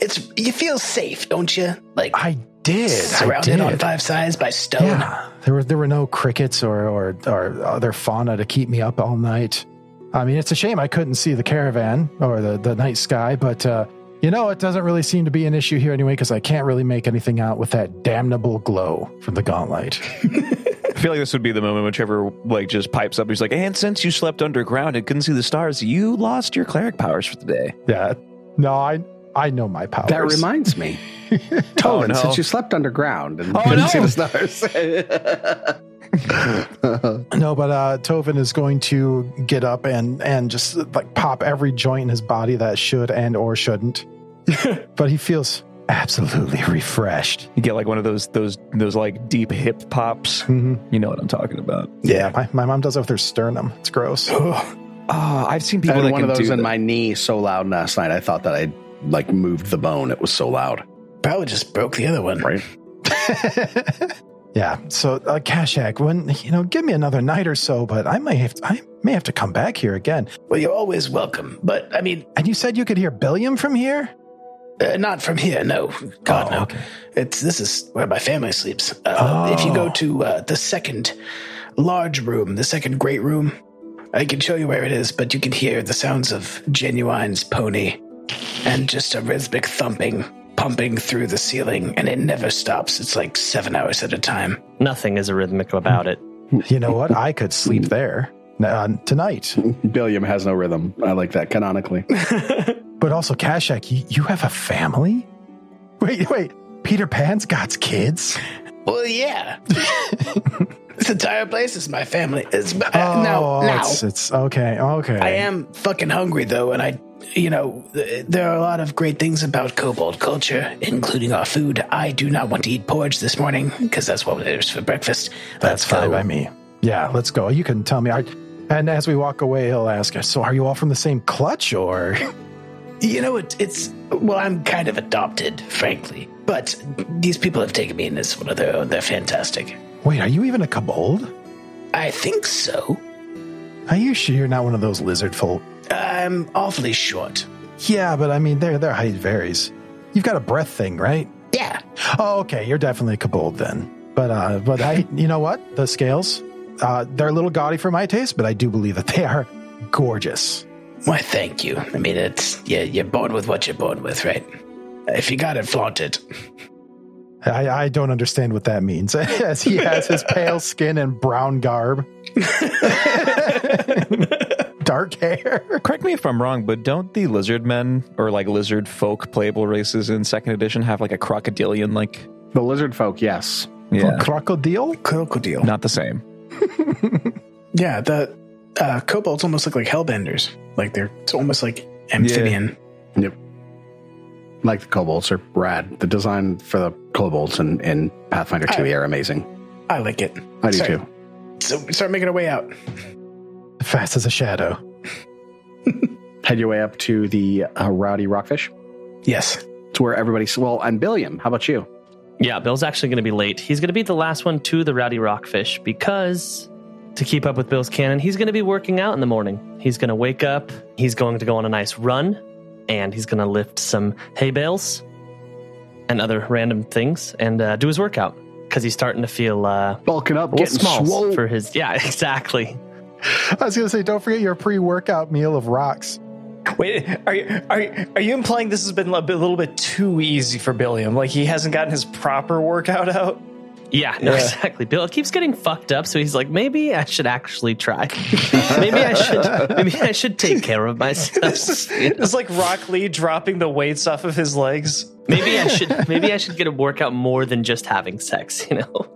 Speaker 13: It's you feel safe, don't you? Like
Speaker 6: I did.
Speaker 13: Surrounded
Speaker 6: I
Speaker 13: on
Speaker 6: did.
Speaker 13: five sides by stone.
Speaker 6: There were there were no crickets or, or or other fauna to keep me up all night. I mean, it's a shame I couldn't see the caravan or the the night sky, but uh, you know, it doesn't really seem to be an issue here anyway because I can't really make anything out with that damnable glow from the
Speaker 2: [laughs]
Speaker 6: gauntlet.
Speaker 5: I feel like this would be the moment when Trevor like just pipes up. He's like, "And since you slept underground and couldn't see the stars, you lost your cleric powers for the day."
Speaker 6: Yeah, no, I I know my powers.
Speaker 2: That reminds me,
Speaker 5: [laughs]
Speaker 6: [laughs]
Speaker 5: Oh,
Speaker 2: Tovin,
Speaker 5: no.
Speaker 2: since you slept underground [laughs] and
Speaker 5: Oh,
Speaker 2: couldn't
Speaker 5: no.
Speaker 2: see the
Speaker 9: [laughs]
Speaker 2: stars.
Speaker 6: No, but uh, Tovin is going to get up and and just like pop every joint in his body that should and or
Speaker 2: [laughs]
Speaker 6: shouldn't. but he feels absolutely refreshed.
Speaker 5: You get like one of those those those like deep hip pops.
Speaker 6: Mm-hmm.
Speaker 5: You know what I'm talking about?
Speaker 6: Yeah, my, my mom does it with her sternum. It's
Speaker 5: [gasps]
Speaker 6: gross.
Speaker 5: Oh, I've seen
Speaker 2: I
Speaker 5: people
Speaker 2: had
Speaker 5: that
Speaker 2: one of
Speaker 5: can
Speaker 2: those
Speaker 5: do
Speaker 2: in
Speaker 5: that.
Speaker 2: my knee so loud last night. I thought that I like moved the bone. It was so loud.
Speaker 9: Probably just broke the other one.
Speaker 2: Right.
Speaker 6: Yeah. So, uh, Kashak, when you know, give me another night or so, but I may have I may have to come back here again.
Speaker 13: Well, you're always welcome, but I mean,
Speaker 6: And you said you could hear Billiam from here. Oh,
Speaker 13: uh, not from here. No, God no. It's this is where my family sleeps. Uh, If you go
Speaker 6: Oh.
Speaker 13: to uh, the second large room, the second great room, I can show you where it is, but you can hear the sounds of Genuine's pony and just a rhythmic thumping pumping through the ceiling, and it never stops. It's like seven hours at a time.
Speaker 14: Nothing is rhythmic about it.
Speaker 6: You know what? I could
Speaker 5: [laughs]
Speaker 6: sleep there uh, tonight.
Speaker 2: [laughs] Billiam has no rhythm. I like that canonically.
Speaker 6: But also, Kashak, you, you have a family. Wait, wait. Peter Pan's got kids. [laughs]
Speaker 13: Well, yeah. this entire place is my family. It's uh,
Speaker 6: Oh,
Speaker 13: now, now.
Speaker 6: it's it's okay, okay.
Speaker 13: I am fucking hungry though, and I, you know, th- there are a lot of great things about kobold culture, including our food. I do not want to eat porridge this morning because that's what it is for breakfast. uh,
Speaker 6: That's fine by me. Yeah, let's go. You can tell me. I, and as we walk away, he'll ask us. So, are you all from the same clutch, or [laughs]
Speaker 13: You know, it, it's well, I'm kind of adopted, frankly, but these people have taken me in as one of their own. They're fantastic.
Speaker 6: wait, are you even a kobold?
Speaker 13: I think so.
Speaker 6: Are you sure you're not one of those lizard folk?
Speaker 13: I'm awfully short.
Speaker 6: Yeah, but I mean, their their height varies. You've got a breath thing, right?
Speaker 13: Yeah.
Speaker 6: Oh, okay. You're definitely a kobold then. But uh, but
Speaker 13: [laughs]
Speaker 6: I, you know what? The scales, uh, they're a little gaudy for my taste, but I do believe that they are gorgeous.
Speaker 13: Why, thank you. I mean, it's yeah, you're born with what you're born with, right? If you got it, flaunt it.
Speaker 6: I, I don't understand what that means. [laughs] As he has
Speaker 13: [laughs]
Speaker 6: his pale skin and brown garb, [laughs] dark hair.
Speaker 5: Correct me if I'm wrong, but don't the lizard men or like lizard folk playable races in second edition have like a crocodilian like?
Speaker 2: The lizard folk, yes.
Speaker 5: Yeah,
Speaker 6: crocodile.
Speaker 9: Crocodile.
Speaker 5: not the same. [laughs]
Speaker 9: Yeah, the uh, kobolds almost look like hellbenders. Like they're it's almost like amphibian.
Speaker 2: Yep. Like the kobolds are rad. The design for the kobolds in, in Pathfinder 2e are amazing.
Speaker 9: I like it.
Speaker 2: I do
Speaker 9: Sorry.
Speaker 2: too.
Speaker 9: So we start making our way out.
Speaker 6: Fast as a shadow.
Speaker 2: [laughs] Head your way up to the uh, Rowdy Rockfish.
Speaker 9: Yes.
Speaker 2: To where everybody's. Well, and Billiam, how about you?
Speaker 14: Yeah, Bill's actually going to be late. He's going to be the last one to the Rowdy Rockfish because to keep up with Bill's cannon, he's going to be working out in the morning. He's going to wake up, he's going to go on a nice run, and he's going to lift some hay bales and other random things and uh, do his workout because he's starting to feel uh,
Speaker 2: bulking up,
Speaker 6: getting swole.
Speaker 14: for his. Yeah, [laughs] exactly.
Speaker 6: I was going to say, don't forget your pre workout meal of rocks.
Speaker 4: Wait, are you are you, are you implying this has been a, bit- little bit too easy for Billiam? Like he hasn't gotten his proper workout out?
Speaker 14: Yeah, no,
Speaker 4: Yeah.
Speaker 14: exactly. Bill keeps getting fucked up, so he's like, maybe I should actually try. [laughs] maybe I should. Maybe I should take care of myself.
Speaker 4: This [laughs] is it's like Rock Lee dropping the weights off of his legs.
Speaker 14: Maybe I should maybe I should get a workout more than just having sex, you know.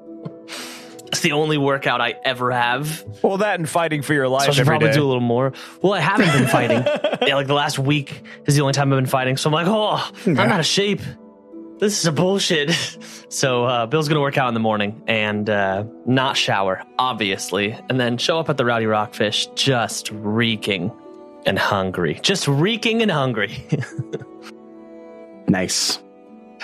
Speaker 14: It's the only workout I ever have.
Speaker 5: Well, that and fighting for your life
Speaker 14: So I should
Speaker 5: every
Speaker 14: probably
Speaker 5: day.
Speaker 14: do a little more. Well, I haven't been fighting.
Speaker 5: [laughs]
Speaker 14: yeah, like the last week is the only time I've been fighting. So I'm like, oh, I'm out of shape. This is a bullshit. [laughs] So uh, Bill's gonna work out in the morning and uh, not shower, obviously, and then show up at the Rowdy Rockfish just reeking and hungry, just reeking and hungry. [laughs]
Speaker 2: Nice.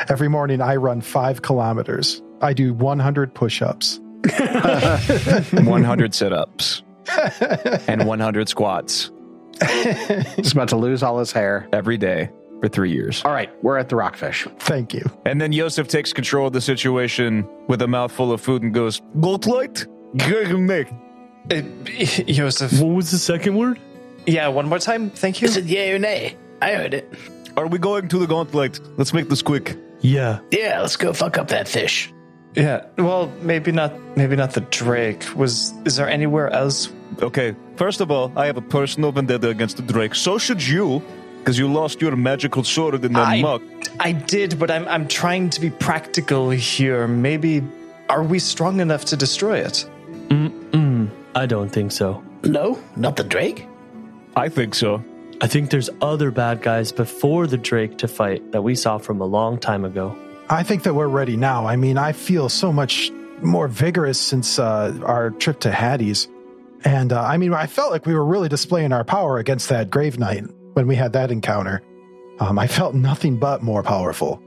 Speaker 6: Every morning, I run five kilometers. I do 100 push ups.
Speaker 5: 100 sit ups and 100 squats
Speaker 2: [laughs] He's about to lose all his hair
Speaker 5: every day for three years.
Speaker 2: All right, we're at the Rockfish.
Speaker 6: Thank you.
Speaker 5: And then Yosef takes control of the situation with a mouthful of food and goes, Gold light? Nick.
Speaker 4: [laughs] Yosef.
Speaker 14: What was the second word?
Speaker 4: Uh, Yeah, one more time. Thank you.
Speaker 13: Is it yay or nay? I heard it.
Speaker 5: Are we going to the gauntlet? Let's make this quick.
Speaker 14: Yeah.
Speaker 13: Yeah, let's go fuck up that fish.
Speaker 4: Yeah. Well, maybe not. Maybe not the Drake. Was is there anywhere else?
Speaker 5: Okay, first of all, I have a personal vendetta against the Drake. So should you, because you lost your magical sword in that
Speaker 4: I-
Speaker 5: muck.
Speaker 4: I did, but I'm I'm trying to be practical here. Maybe are we strong enough to destroy it?
Speaker 14: Mm, I don't think so.
Speaker 13: No, not the Drake.
Speaker 5: I think so.
Speaker 14: I think there's other bad guys before the Drake to fight that we saw from a long time ago.
Speaker 6: I think that we're ready now. I mean, I feel so much more vigorous since uh, our trip to Hattie's. And uh, I mean, I felt like we were really displaying our power against that Grave Knight when we had that encounter. Um, I felt nothing but more powerful.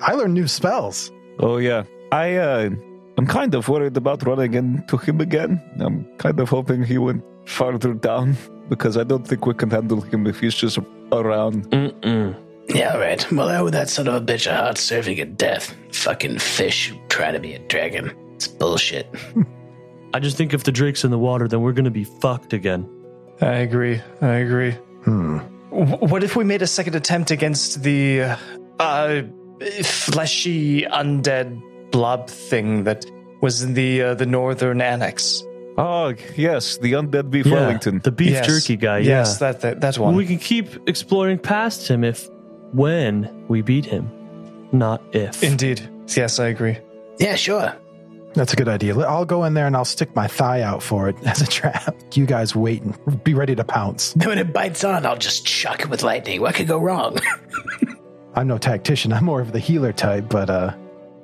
Speaker 6: I learned new spells.
Speaker 5: Oh yeah, I uh, I'm kind of worried about running into him again. I'm kind of hoping he went farther down because I don't think we can handle him if he's just around.
Speaker 14: Mm-mm.
Speaker 13: Yeah, all right. Well, I owe that son of a bitch a hot serving of death. Fucking fish who try to be a dragon. It's bullshit.
Speaker 14: I just think if the Drake's in the water, then we're going to be fucked again.
Speaker 4: I agree. I agree.
Speaker 6: Hmm.
Speaker 4: W- what if we made a second attempt against the uh, fleshy undead blob thing that was in the uh, the northern annex?
Speaker 5: Oh yes, the undead beef Wellington.
Speaker 14: The beef
Speaker 4: Yes.
Speaker 14: jerky guy,
Speaker 4: Yes,
Speaker 14: yeah.
Speaker 4: that that, that one.
Speaker 14: We can keep exploring past him if, when we beat him, not if.
Speaker 4: Indeed. Yes, I agree.
Speaker 13: Yeah, sure.
Speaker 6: That's a good idea. Let- I'll go in there and I'll stick my thigh out for it [laughs] as a trap. You guys wait and be ready to pounce.
Speaker 13: Then when it bites on, I'll just shock it with lightning. What could go wrong? [laughs]
Speaker 6: I'm no tactician. I'm more of the healer type, but uh,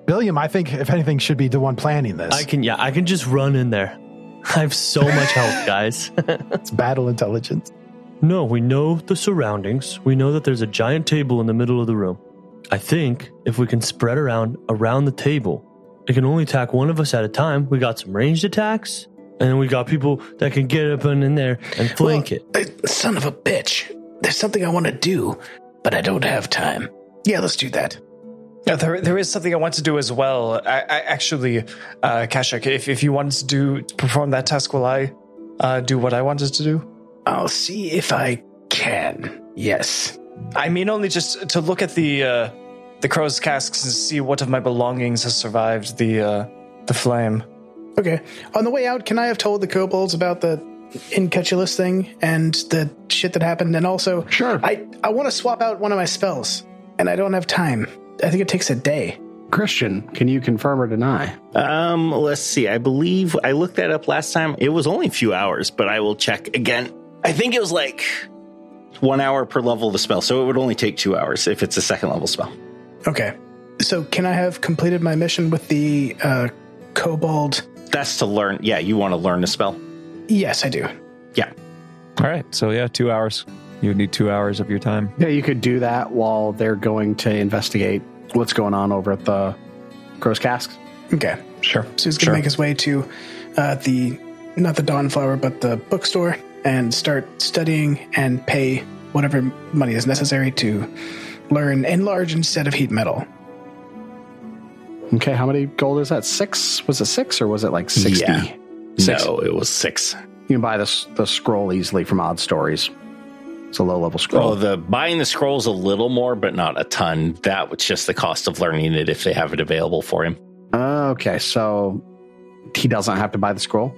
Speaker 6: Billiam, I think if anything, should be the one planning this.
Speaker 14: I can, yeah, I can just run in there. [laughs] I have so much
Speaker 13: [laughs]
Speaker 14: health, guys. [laughs]
Speaker 6: it's battle intelligence.
Speaker 14: No, we know the surroundings. We know that there's a giant table in the middle of the room. I think if we can spread around around the table, it can only attack one of us at a time. We got some ranged attacks, and we got people that can get up and in there and flank it.
Speaker 13: Uh, Son of a bitch. There's something I want to do, but I don't have time. Yeah, let's do that.
Speaker 4: Yeah, there, there is something I want to do as well. I, I actually, uh, Kashuk, if, if you wanted to do perform that task, will I uh, do what I wanted to do?
Speaker 13: I'll see if I can. Yes.
Speaker 4: I mean, only just to look at the uh, the crow's casks and see what of my belongings has survived the uh, the flame.
Speaker 9: Okay. On the way out, can I have told the kobolds about the incutulus thing and the shit that happened? And also,
Speaker 2: Sure.
Speaker 9: I, I want to swap out one of my spells, and I don't have time. I think it takes a day.
Speaker 2: Christian, can you confirm or deny?
Speaker 8: Um, let's see. I believe I looked that up last time. It was only a few hours, but I will check again. I think it was like One hour per level of a spell, so it would only take two hours if it's a second level spell.
Speaker 9: Okay. So can I have completed my mission with the uh, kobold?
Speaker 8: That's to learn. Yeah, you want to learn a spell.
Speaker 9: Yes, I do.
Speaker 8: Yeah.
Speaker 5: All right. So yeah, two hours. You would need two hours of your time.
Speaker 2: Yeah, you could do that while they're going to investigate what's going on over at the Gross Casks.
Speaker 9: Okay.
Speaker 4: Sure.
Speaker 9: So he's going to
Speaker 2: Sure.
Speaker 9: make his way to uh, the, not the Dawnflower, but the bookstore and start studying and pay whatever money is necessary to learn enlarge instead of heat metal.
Speaker 2: Okay, how many gold is that? Six? Was it six or was it like 60?
Speaker 8: Yeah.
Speaker 2: Six.
Speaker 8: No, it was six.
Speaker 2: You can buy this the scroll easily from Odd Stories. It's a low level scroll.
Speaker 8: Oh, the buying the scrolls a little more, but not a ton. That was just the cost of learning it if they have it available for him.
Speaker 2: okay, so he doesn't have to buy the scroll.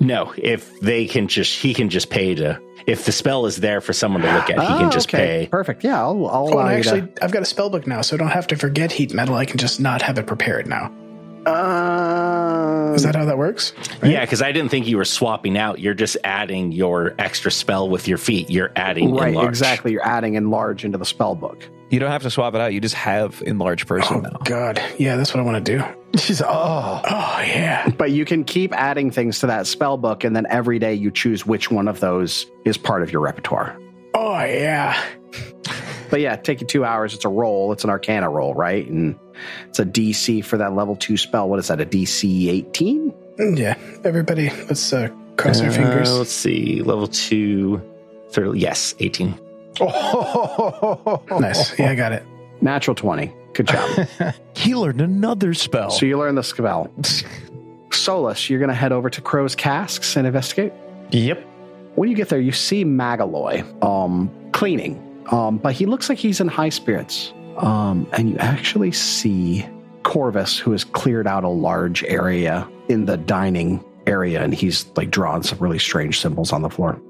Speaker 8: No, if they can just he can just pay to if the spell is there for someone to look at, he can
Speaker 2: Oh,
Speaker 8: just
Speaker 2: okay,
Speaker 8: pay.
Speaker 2: Perfect. Yeah, I'll, I'll
Speaker 9: Oh,
Speaker 2: allow
Speaker 9: and
Speaker 2: you
Speaker 9: actually,
Speaker 2: to.
Speaker 9: I've got a spell book now, so I don't have to forget heat metal. I can just not have it prepared now.
Speaker 2: Uh,
Speaker 9: Um, Is that how that works?
Speaker 8: Yeah, because I didn't think you were swapping out. You're just adding your extra spell with your feet. You're adding
Speaker 2: Right,
Speaker 8: enlarge.
Speaker 2: exactly. You're adding enlarge into the spell book.
Speaker 5: You don't have to swap it out. You just have enlarged person now.
Speaker 9: God, yeah, that's what I want to do.
Speaker 6: [laughs] She's oh,
Speaker 9: oh yeah.
Speaker 2: But you can keep adding things to that spell book, and then every day you choose which one of those is part of your repertoire.
Speaker 9: Oh yeah.
Speaker 2: But yeah, take you two hours. It's a roll. It's an Arcana roll, right? And it's a DC for that level two spell. What is that? A DC eighteen?
Speaker 9: Mm, Yeah. Everybody, let's uh, cross our fingers.
Speaker 8: Uh, let's see, level two, third, yes, eighteen.
Speaker 9: Oh.
Speaker 6: [laughs]
Speaker 9: Nice. Yeah, I got it.
Speaker 2: Natural twenty. Good job.
Speaker 5: He learned another spell.
Speaker 2: so you learn the spell. Solus, you're going to head over to Crow's Casks and investigate.
Speaker 4: Yep.
Speaker 2: When you get there, you see Magaloy um, cleaning, um, but he looks like he's in high spirits. Um, and you actually see Corvus, who has cleared out a large area in the dining area, and he's like drawing some really strange symbols on the floor.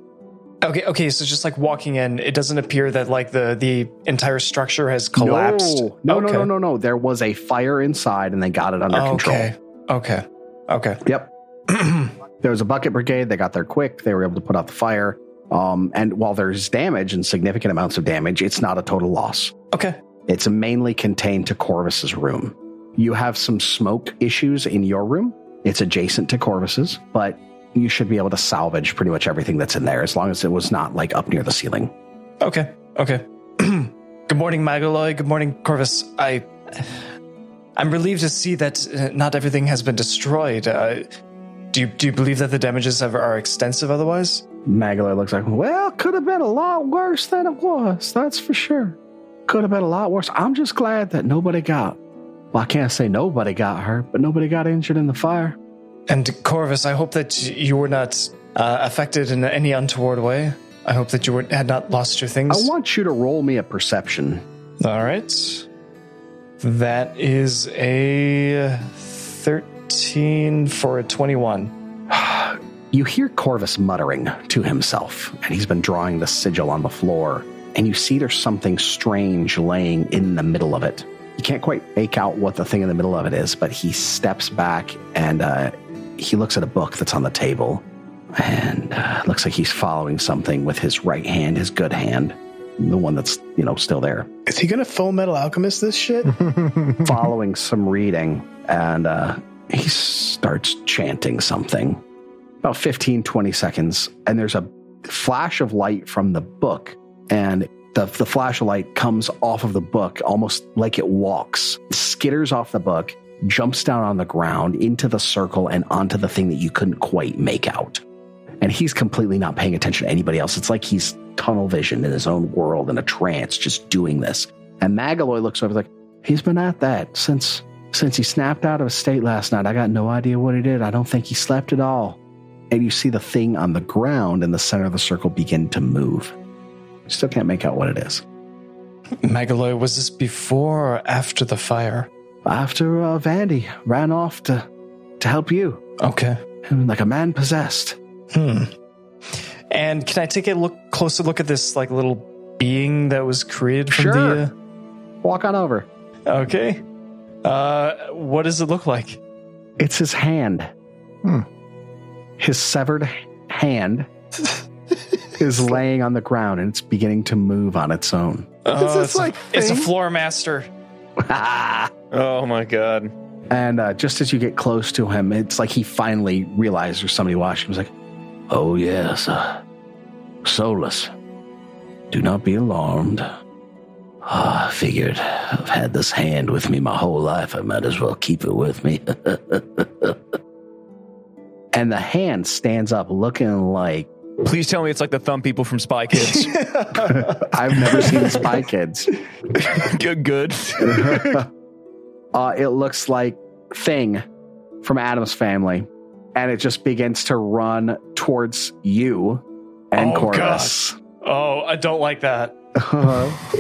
Speaker 4: Okay, okay, so just like walking in, it doesn't appear that like the the entire structure has collapsed.
Speaker 2: No, no,
Speaker 4: okay.
Speaker 2: no, no,
Speaker 4: Oh,
Speaker 2: no, no. There was a fire inside, and they got it under control.
Speaker 4: Okay. Okay. Okay.
Speaker 2: Yep. [clears throat] there was a bucket brigade. They got there quick. They were able to put out the fire. Um, and while there's damage and significant amounts of damage, it's not a total loss.
Speaker 4: Okay.
Speaker 2: It's mainly contained to Corvus's room. You have some smoke issues in your room. It's adjacent to Corvus's, but you should be able to salvage pretty much everything that's in there as long as it was not like up near the ceiling.
Speaker 4: Okay. Okay. [clears throat] Good morning, Magaloy. Good morning, Corvus. I I'm relieved to see that uh, not everything has been destroyed. Uh, do you do you believe that the damages are, are extensive otherwise?
Speaker 2: Magaloy looks like, well, could have been a lot worse than it was. That's for sure. Could have been a lot worse. I'm just glad that nobody got, well, I can't say nobody got hurt, but nobody got injured in the fire.
Speaker 4: And Corvus, I hope that you were not uh, affected in any untoward way. I hope that you were, had not lost your
Speaker 2: I
Speaker 4: things.
Speaker 2: want you to roll me a perception.
Speaker 4: All right. That is a 13 for a 21.
Speaker 2: You hear Corvus muttering to himself, and he's been drawing the sigil on the floor, and you see there's something strange laying in the middle of it. You can't quite make out what the thing in the middle of it is, but he steps back and uh, he looks at a book that's on the table, and uh, looks like he's following something with his right hand, his good hand, the one that's you know still there,
Speaker 9: Is he gonna Full Metal [laughs] Alchemist this
Speaker 2: [laughs]
Speaker 9: shit?
Speaker 2: following some reading, and uh, he starts chanting something. about 15 20 seconds and there's a flash of light from the book and the, the flash of light comes off of the book almost like it walks skitters off the book jumps down on the ground into the circle and onto the thing that you couldn't quite make out and he's completely not paying attention to anybody else it's like he's tunnel vision in his own world in a trance just doing this and magaloy looks over like he's been at that since since he snapped out of a state last night i got no idea what he did i don't think he slept at all and you see the thing on the ground in the center of the circle begin to move. Still can't make out what it is.
Speaker 4: Magaloy, was this before or after the fire?
Speaker 2: After uh, Vandy ran off to to help you,
Speaker 4: Okay.
Speaker 2: like a man possessed.
Speaker 4: Hmm. And can I take a look closer look at this like little being that was created from
Speaker 2: Sure.
Speaker 4: the
Speaker 2: Walk on over.
Speaker 4: uh, Okay. Uh what does it look like?
Speaker 2: It's his
Speaker 4: Hmm. [laughs]
Speaker 2: hand. His severed hand is laying on the ground and it's beginning to move on its own.
Speaker 4: Oh, it's, like a, it's a floor master.
Speaker 5: [laughs] oh my god!
Speaker 2: And uh, just as you get close to him, it's like he finally realized there's somebody watching. He's like,
Speaker 15: Oh, yes. Uh, soulless. Do not be alarmed. Ah, I figured I've had this hand with me my whole life. I might as well keep it with
Speaker 13: [laughs]
Speaker 15: me.
Speaker 2: and the hand stands up looking like. [laughs]
Speaker 5: Please tell me it's like the thumb people from Spy [laughs] Kids.
Speaker 2: I've never seen [laughs] Spy Kids.
Speaker 5: [laughs] good, good.
Speaker 2: [laughs] uh, it looks like Thing from Adam's family. And it just begins to run towards you and
Speaker 4: Oh,
Speaker 2: Corvus.
Speaker 4: Oh, I don't like that.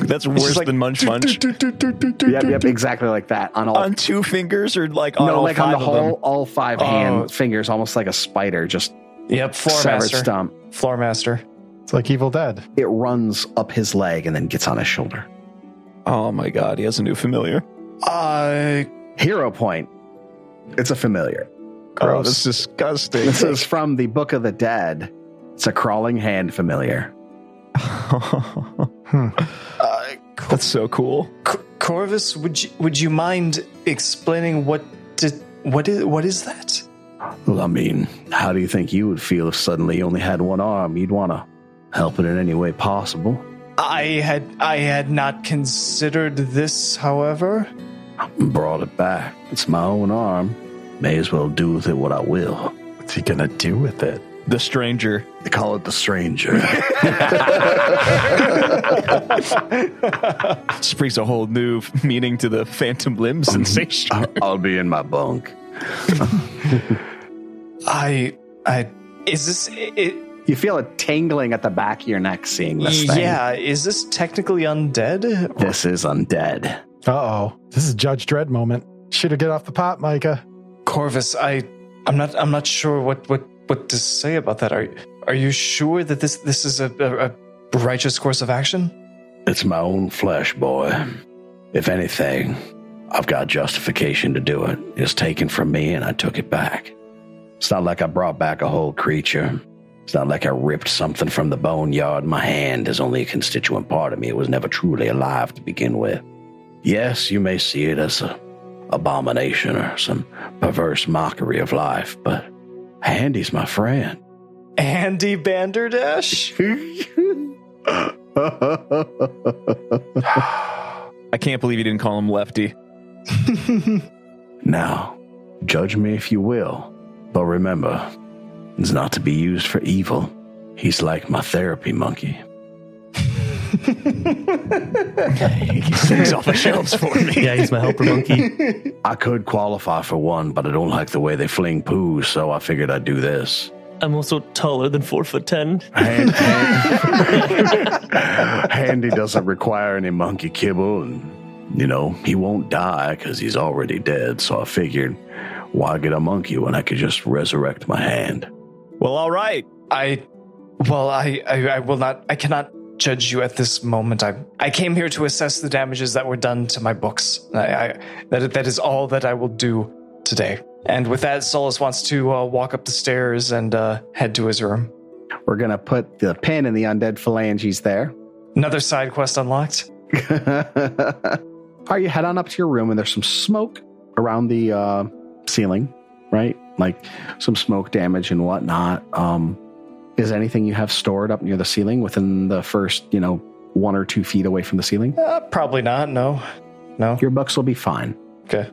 Speaker 5: That's worse
Speaker 2: like-
Speaker 5: than Munch Munch.
Speaker 2: Uh-huh. Yep, yep, exactly like that. On all
Speaker 5: on two fingers or like on
Speaker 2: no,
Speaker 5: all
Speaker 2: like
Speaker 5: five
Speaker 2: on the
Speaker 5: of
Speaker 2: whole,
Speaker 5: them? Oh.
Speaker 2: all five hand fingers, almost like a spider, just
Speaker 4: Yep, floor
Speaker 2: severed
Speaker 4: master.
Speaker 2: stump.
Speaker 4: Floor master.
Speaker 6: It's like Evil Dead.
Speaker 2: It runs up his leg and then gets on his shoulder.
Speaker 5: Oh my god, he has a new familiar.
Speaker 2: Uh, Hero point. It's a familiar.
Speaker 5: Gross. that's Oh, disgusting.
Speaker 2: This is from the Book of the Dead. It's a crawling hand familiar.
Speaker 5: That's so cool.
Speaker 4: C- Corvus, would you, would you mind explaining what did, what is what is that?
Speaker 15: well, I mean, how do you think you would feel if suddenly you only had one arm? You'd want to help it in any way possible.
Speaker 4: I had I had not considered this, however.
Speaker 15: Brought it back. It's my own arm. May as well do with it what I will. What's he going to do with it?
Speaker 5: The stranger.
Speaker 15: They call it the
Speaker 5: [laughs]
Speaker 15: stranger.
Speaker 5: This brings a whole new [laughs] meaning to the phantom limb sensation.
Speaker 15: I'll be in my
Speaker 5: [laughs]
Speaker 15: bunk.
Speaker 4: I I is this it,
Speaker 2: You feel it tingling at the back of your neck seeing this thing.
Speaker 4: yeah, is this technically undead?
Speaker 2: This is undead.
Speaker 6: Uh oh. This is Judge Dredd moment. Should have get off the pot, Micah. [laughs]
Speaker 4: Corvus, I I'm not I'm not sure what what what to say about that. Are you- are you sure that this this is a, a, a righteous course of
Speaker 5: [laughs]
Speaker 4: action?
Speaker 15: It's my own flesh, boy. If anything, I've got justification to do it. It's taken from me and I took it back. It's not like I brought back a whole creature. It's not like I ripped something from the boneyard. My hand is only a constituent part of me. It was never truly alive to begin with. Yes, you may see it as a abomination or some perverse mockery of life, but Handy's my friend. [laughs]
Speaker 4: Andy Banderdash?
Speaker 5: I can't believe you didn't call him Lefty.
Speaker 15: Now, judge me if you will, but remember, it's not to be used for evil. He's like my therapy monkey.
Speaker 5: Things off the shelves for me.
Speaker 14: Yeah, he's my
Speaker 5: [laughs]
Speaker 14: helper monkey.
Speaker 15: [laughs] I could qualify for one, but I don't like the way they fling poos, so I figured I'd do this.
Speaker 14: I'm also taller than four foot ten.
Speaker 15: [laughs] Handy doesn't require any monkey kibble, and, you know, he won't die because he's already dead, so I figured, why get a monkey when I could just resurrect my hand?
Speaker 5: Well, all right.
Speaker 4: I well, I, I I will not I cannot judge you at this moment. I I came here to assess the damages that were done to my books. I, I that that is all that I will do today. And with that, Solus wants to uh, walk up the stairs and uh, head to his room.
Speaker 2: We're going to put the pin in the undead phalanges there. [laughs]
Speaker 4: Another side quest unlocked.
Speaker 2: All right, you head on up to your room, and there's some smoke around the uh, ceiling, right? Like some smoke damage and whatnot. Um, is anything you have stored up near the ceiling within the first, you know, one or two feet away from the ceiling?
Speaker 4: Uh, probably not. No, no.
Speaker 2: Your books will be fine.
Speaker 4: Okay.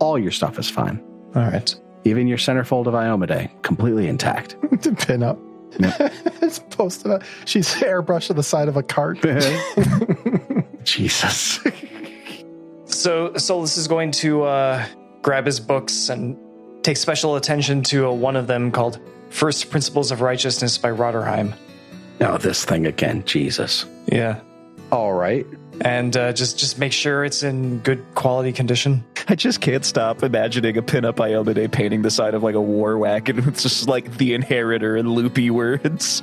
Speaker 2: All your stuff is fine.
Speaker 4: All right.
Speaker 2: Even your centerfold of Iomidae, completely intact.
Speaker 6: to pin up. [laughs] it's posted up. She's airbrushed on the side of a
Speaker 9: [laughs]
Speaker 6: cart. [laughs]
Speaker 2: Jesus.
Speaker 4: So Solus is going to uh, grab his books and take special attention to uh, one of them called First Principles of Righteousness by Roderheim.
Speaker 2: Now this thing again, Jesus.
Speaker 4: Yeah.
Speaker 2: All right.
Speaker 4: And uh, just just make sure it's in good quality condition.
Speaker 5: I just can't stop imagining a pinup Iomide painting the side of like a war wagon. [laughs] It's just like the inheritor and loopy words.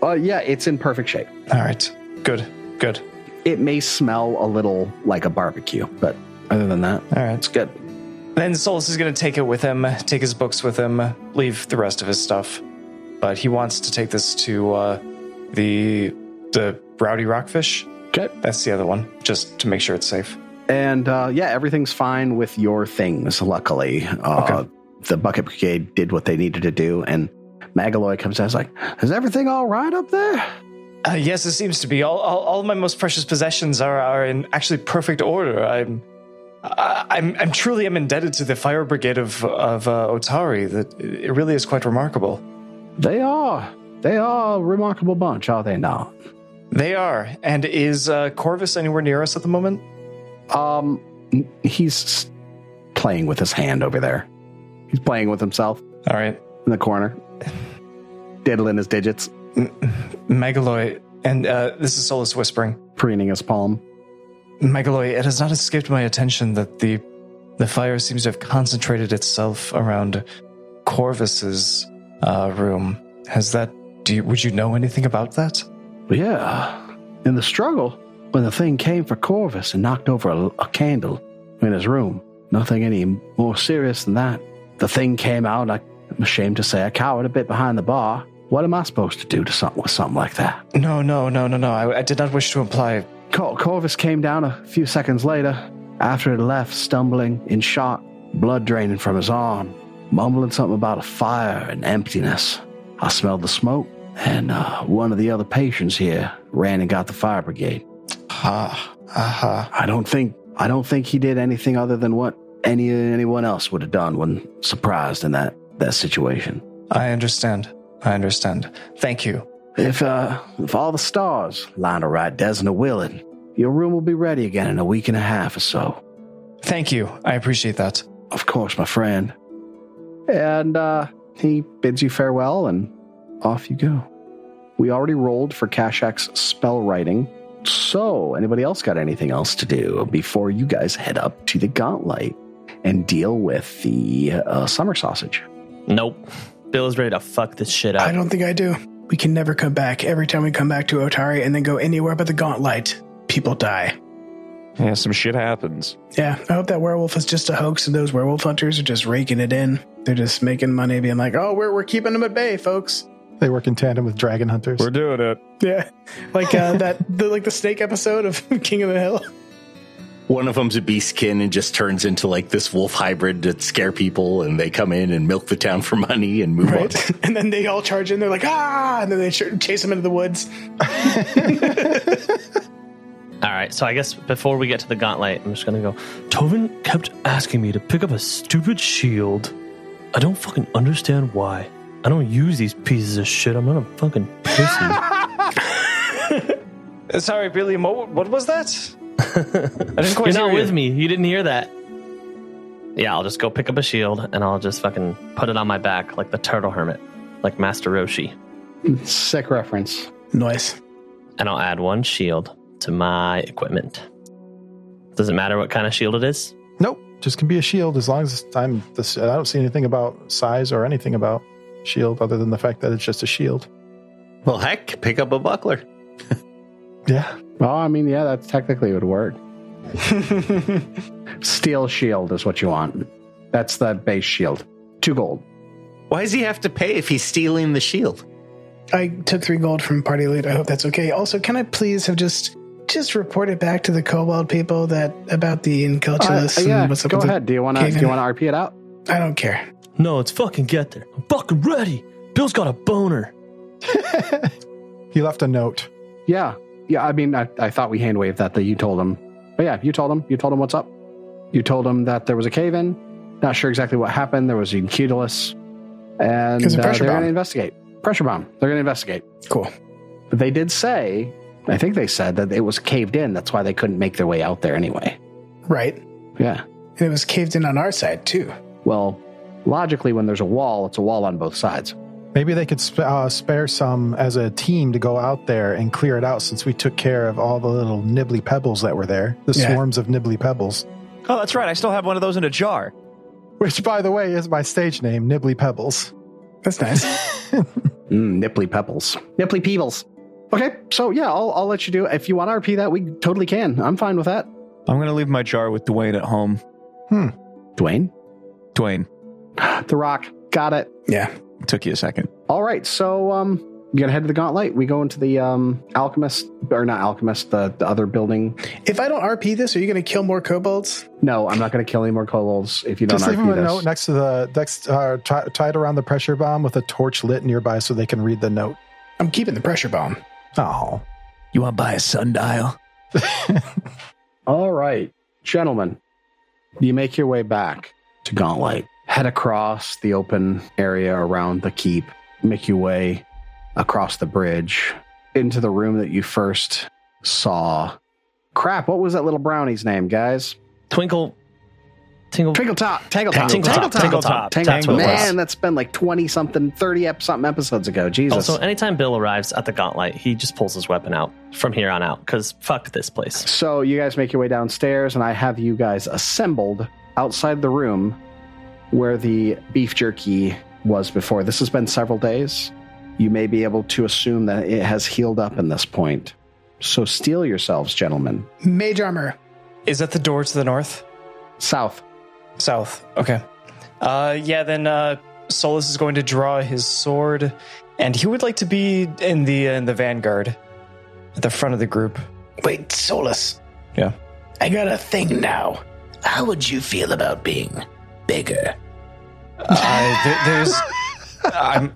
Speaker 2: Uh, yeah, it's in perfect shape.
Speaker 4: All right. Good. Good.
Speaker 2: It may smell a little like a barbecue, but other than that,
Speaker 4: All right.
Speaker 2: it's good.
Speaker 4: Then Solus is going to take it with him, take his books with him, leave the rest of his stuff. but he wants to take this to uh, the the rowdy rockfish.
Speaker 2: Okay,
Speaker 4: that's the other one, just to make sure it's safe.
Speaker 2: And uh, yeah, everything's fine with your things, luckily. Uh, The Bucket Brigade did what they needed to do, and Magaloy comes out and is like, Is everything all right up there?
Speaker 4: Uh, yes, it seems to be. All, all, all my most precious possessions are, are in actually perfect order. I'm, I, I'm, I'm truly am indebted to the fire brigade of of uh, Otari. That it really is quite remarkable.
Speaker 2: They are. They are a remarkable bunch, are they not?
Speaker 4: They are. And is uh, Corvus anywhere near us at the moment?
Speaker 2: Um, he's playing with his hand over there. He's playing with himself.
Speaker 4: All right.
Speaker 2: In the corner, [laughs] diddling his digits,
Speaker 4: Megaloy, and uh, this is Solus whispering,
Speaker 2: preening his palm.
Speaker 4: Megaloy, it has not escaped my attention that the the fire seems to have concentrated itself around Corvus's uh, room. Has that? Do you, would you know anything about that?
Speaker 2: Yeah. In the struggle, when the thing came for Corvus and knocked over a, a candle in his room, nothing any more serious than that. The thing came out. I, I'm ashamed to say, I cowered a bit behind the bar. What am I supposed to do to something with something like that?
Speaker 4: No, no, no, no, no. I, I did not wish to imply.
Speaker 2: Cor- Corvus came down a few seconds later after it left, stumbling in shock, blood draining from his arm, mumbling something about a fire and emptiness. I smelled the smoke, and uh, one of the other patients here ran and got the fire brigade.
Speaker 4: Ah, aha.
Speaker 2: I don't think I don't think he did anything other than what any anyone else would have done when surprised in that that situation.
Speaker 4: I understand. I understand. Thank you.
Speaker 2: If uh, if all the stars line are right, Desna willing, your room will be ready again in a week and a half or so.
Speaker 4: Thank you. I appreciate that.
Speaker 2: Of course, my friend. And uh, he bids you farewell, and off you go. We already rolled for Kashak's spell writing. So, anybody else got anything else to do before you guys head up to the Gauntlet and deal with the uh, summer sausage?
Speaker 14: Nope. Bill is ready to fuck this shit up.
Speaker 9: I don't think I do. We can never come back. Every time we come back to Otari and then go anywhere but the Gauntlet, people die.
Speaker 5: Yeah, some shit happens.
Speaker 9: Yeah, I hope that werewolf is just a hoax and those werewolf hunters are just raking it in. They're just making money, being like, oh, we're, we're keeping them at bay, folks.
Speaker 6: They work in tandem with dragon hunters.
Speaker 5: We're doing it.
Speaker 9: Yeah, like
Speaker 2: [laughs]
Speaker 9: uh, that, the, like the snake episode of [laughs] King of the Hill.
Speaker 8: One of them's a beast kin and just turns into like this wolf hybrid that scare people, and they come in and milk the town for money and move
Speaker 9: Right.
Speaker 8: on.
Speaker 9: And then they all charge in. They're like, ah! And then they ch- chase them into the woods.
Speaker 14: All right, so I guess before we get to the gauntlet, I'm just gonna go. Tovin kept asking me to pick up a stupid shield. I don't fucking understand why. I don't use these pieces of shit. I'm not a fucking
Speaker 6: [laughs]
Speaker 14: pussy.
Speaker 4: Uh, Sorry, Billy. What, what was that? I didn't
Speaker 14: You're
Speaker 4: quite
Speaker 14: not
Speaker 4: hear you.
Speaker 14: with me. You didn't hear that. Yeah, I'll just go pick up a shield and I'll just fucking put it on my back like the turtle hermit, like Master Roshi.
Speaker 2: Sick reference.
Speaker 9: Nice.
Speaker 14: And I'll add one shield to my equipment. Does it matter what kind of shield it is?
Speaker 6: Nope, just can be a shield as long as I'm. This, I don't see anything about size or anything about shield other than the fact that it's just a shield.
Speaker 8: Well, heck, pick up a buckler.
Speaker 6: Yeah.
Speaker 2: Well, I mean, yeah, that's technically would
Speaker 8: [laughs]
Speaker 2: work. Steel shield is what you want. That's the base shield. Two gold.
Speaker 8: Why does he have to pay if he's stealing the shield?
Speaker 9: I took three gold from party loot. I hope that's okay. Also, can I please have just just reported back to the kobold people that about the Incalculus
Speaker 2: Uh, yeah,
Speaker 9: and what's up
Speaker 2: go
Speaker 9: with the
Speaker 2: ahead. Do you want to?
Speaker 9: cave
Speaker 2: Do
Speaker 9: in?
Speaker 2: you
Speaker 9: [laughs]
Speaker 2: want to RP it out?
Speaker 9: I don't care.
Speaker 14: No, it's fucking get there. I'm fucking ready. Bill's got a boner.
Speaker 6: [laughs] He left a note.
Speaker 2: Yeah, yeah. I mean, I, I thought we hand waved that that you told him, but yeah, you told him. You told him what's up. You told him that there was a cave in. Not sure exactly what happened. There was a incudulus, and
Speaker 9: It's a
Speaker 2: uh,
Speaker 9: pressure
Speaker 2: they're
Speaker 9: bomb.
Speaker 2: going to investigate. Pressure bomb. They're going to investigate.
Speaker 9: Cool.
Speaker 2: But they did say, I think they said that it was caved in. That's why they couldn't make their way out there anyway.
Speaker 9: Right. And
Speaker 2: Yeah.
Speaker 9: it was caved in on our side too.
Speaker 2: Well, logically, when there's a wall, it's a wall on both sides.
Speaker 6: Maybe they could sp- uh, spare some as a team to go out there and clear it out since we took care of all the little nibbly pebbles that were there, the
Speaker 5: Yeah.
Speaker 6: swarms of nibbly pebbles.
Speaker 5: Oh, that's right. I still have one of those in a jar.
Speaker 6: Which, by the way, is my stage name, Nibbly Pebbles.
Speaker 9: That's nice.
Speaker 2: Mm, nipply pebbles. Nipply peebles. Okay, so yeah, I'll, I'll let you do. it. If you want to RP that, we totally can. I'm fine with that.
Speaker 5: I'm going to leave my jar with Dwayne at home.
Speaker 6: Hmm.
Speaker 2: Dwayne?
Speaker 5: Dwayne.
Speaker 2: The Rock. Got it.
Speaker 9: Yeah.
Speaker 5: Took you a second.
Speaker 2: All right, so um, you gonna head to the Gauntlet? We go into the um, alchemist, or not alchemist, the, the other building.
Speaker 9: If I don't RP this, are you going to kill more kobolds?
Speaker 2: No, I'm not gonna kill any more kobolds if you don't.
Speaker 6: Just leave
Speaker 2: RP
Speaker 6: them a
Speaker 2: this.
Speaker 6: note next to the next uh, ti- tied around the pressure bomb with a torch lit nearby so they can read the note.
Speaker 9: I'm keeping the pressure bomb.
Speaker 6: Oh,
Speaker 5: you want to buy a sundial?
Speaker 2: All right, gentlemen, you make your way back to Gauntlet. Head across the open area around the keep, make your way across the bridge into the room that you first saw. Crap, what was that little brownie's name, guys?
Speaker 14: Twinkle. Tingle.
Speaker 2: Twinkle Top. Tangle Top.
Speaker 14: Tingle Top, Tingle Top,
Speaker 2: Tangle Top.
Speaker 14: Tangle Top.
Speaker 2: Man, that's been like 20 something, 30 ep- something episodes ago. Jesus.
Speaker 14: Also, anytime Bill arrives at the gauntlet, he just pulls his weapon out from here on out because fuck this place.
Speaker 2: So you guys make your way downstairs, and I have you guys assembled outside the room where the beef jerky was before. This has been several days. You may be able to assume that it has healed up in this point. So steel yourselves, gentlemen.
Speaker 9: Mage armor.
Speaker 4: Is that the door to the north?
Speaker 2: South.
Speaker 4: South. Okay. Uh, yeah, then uh, Solus is going to draw his sword, and he would like to be in the uh, in the vanguard, at the front of the group.
Speaker 13: Wait, Solus.
Speaker 4: Yeah.
Speaker 13: I got a thing now. How would you feel about being bigger?
Speaker 4: Uh, there,
Speaker 6: [laughs]
Speaker 4: there's. I'm.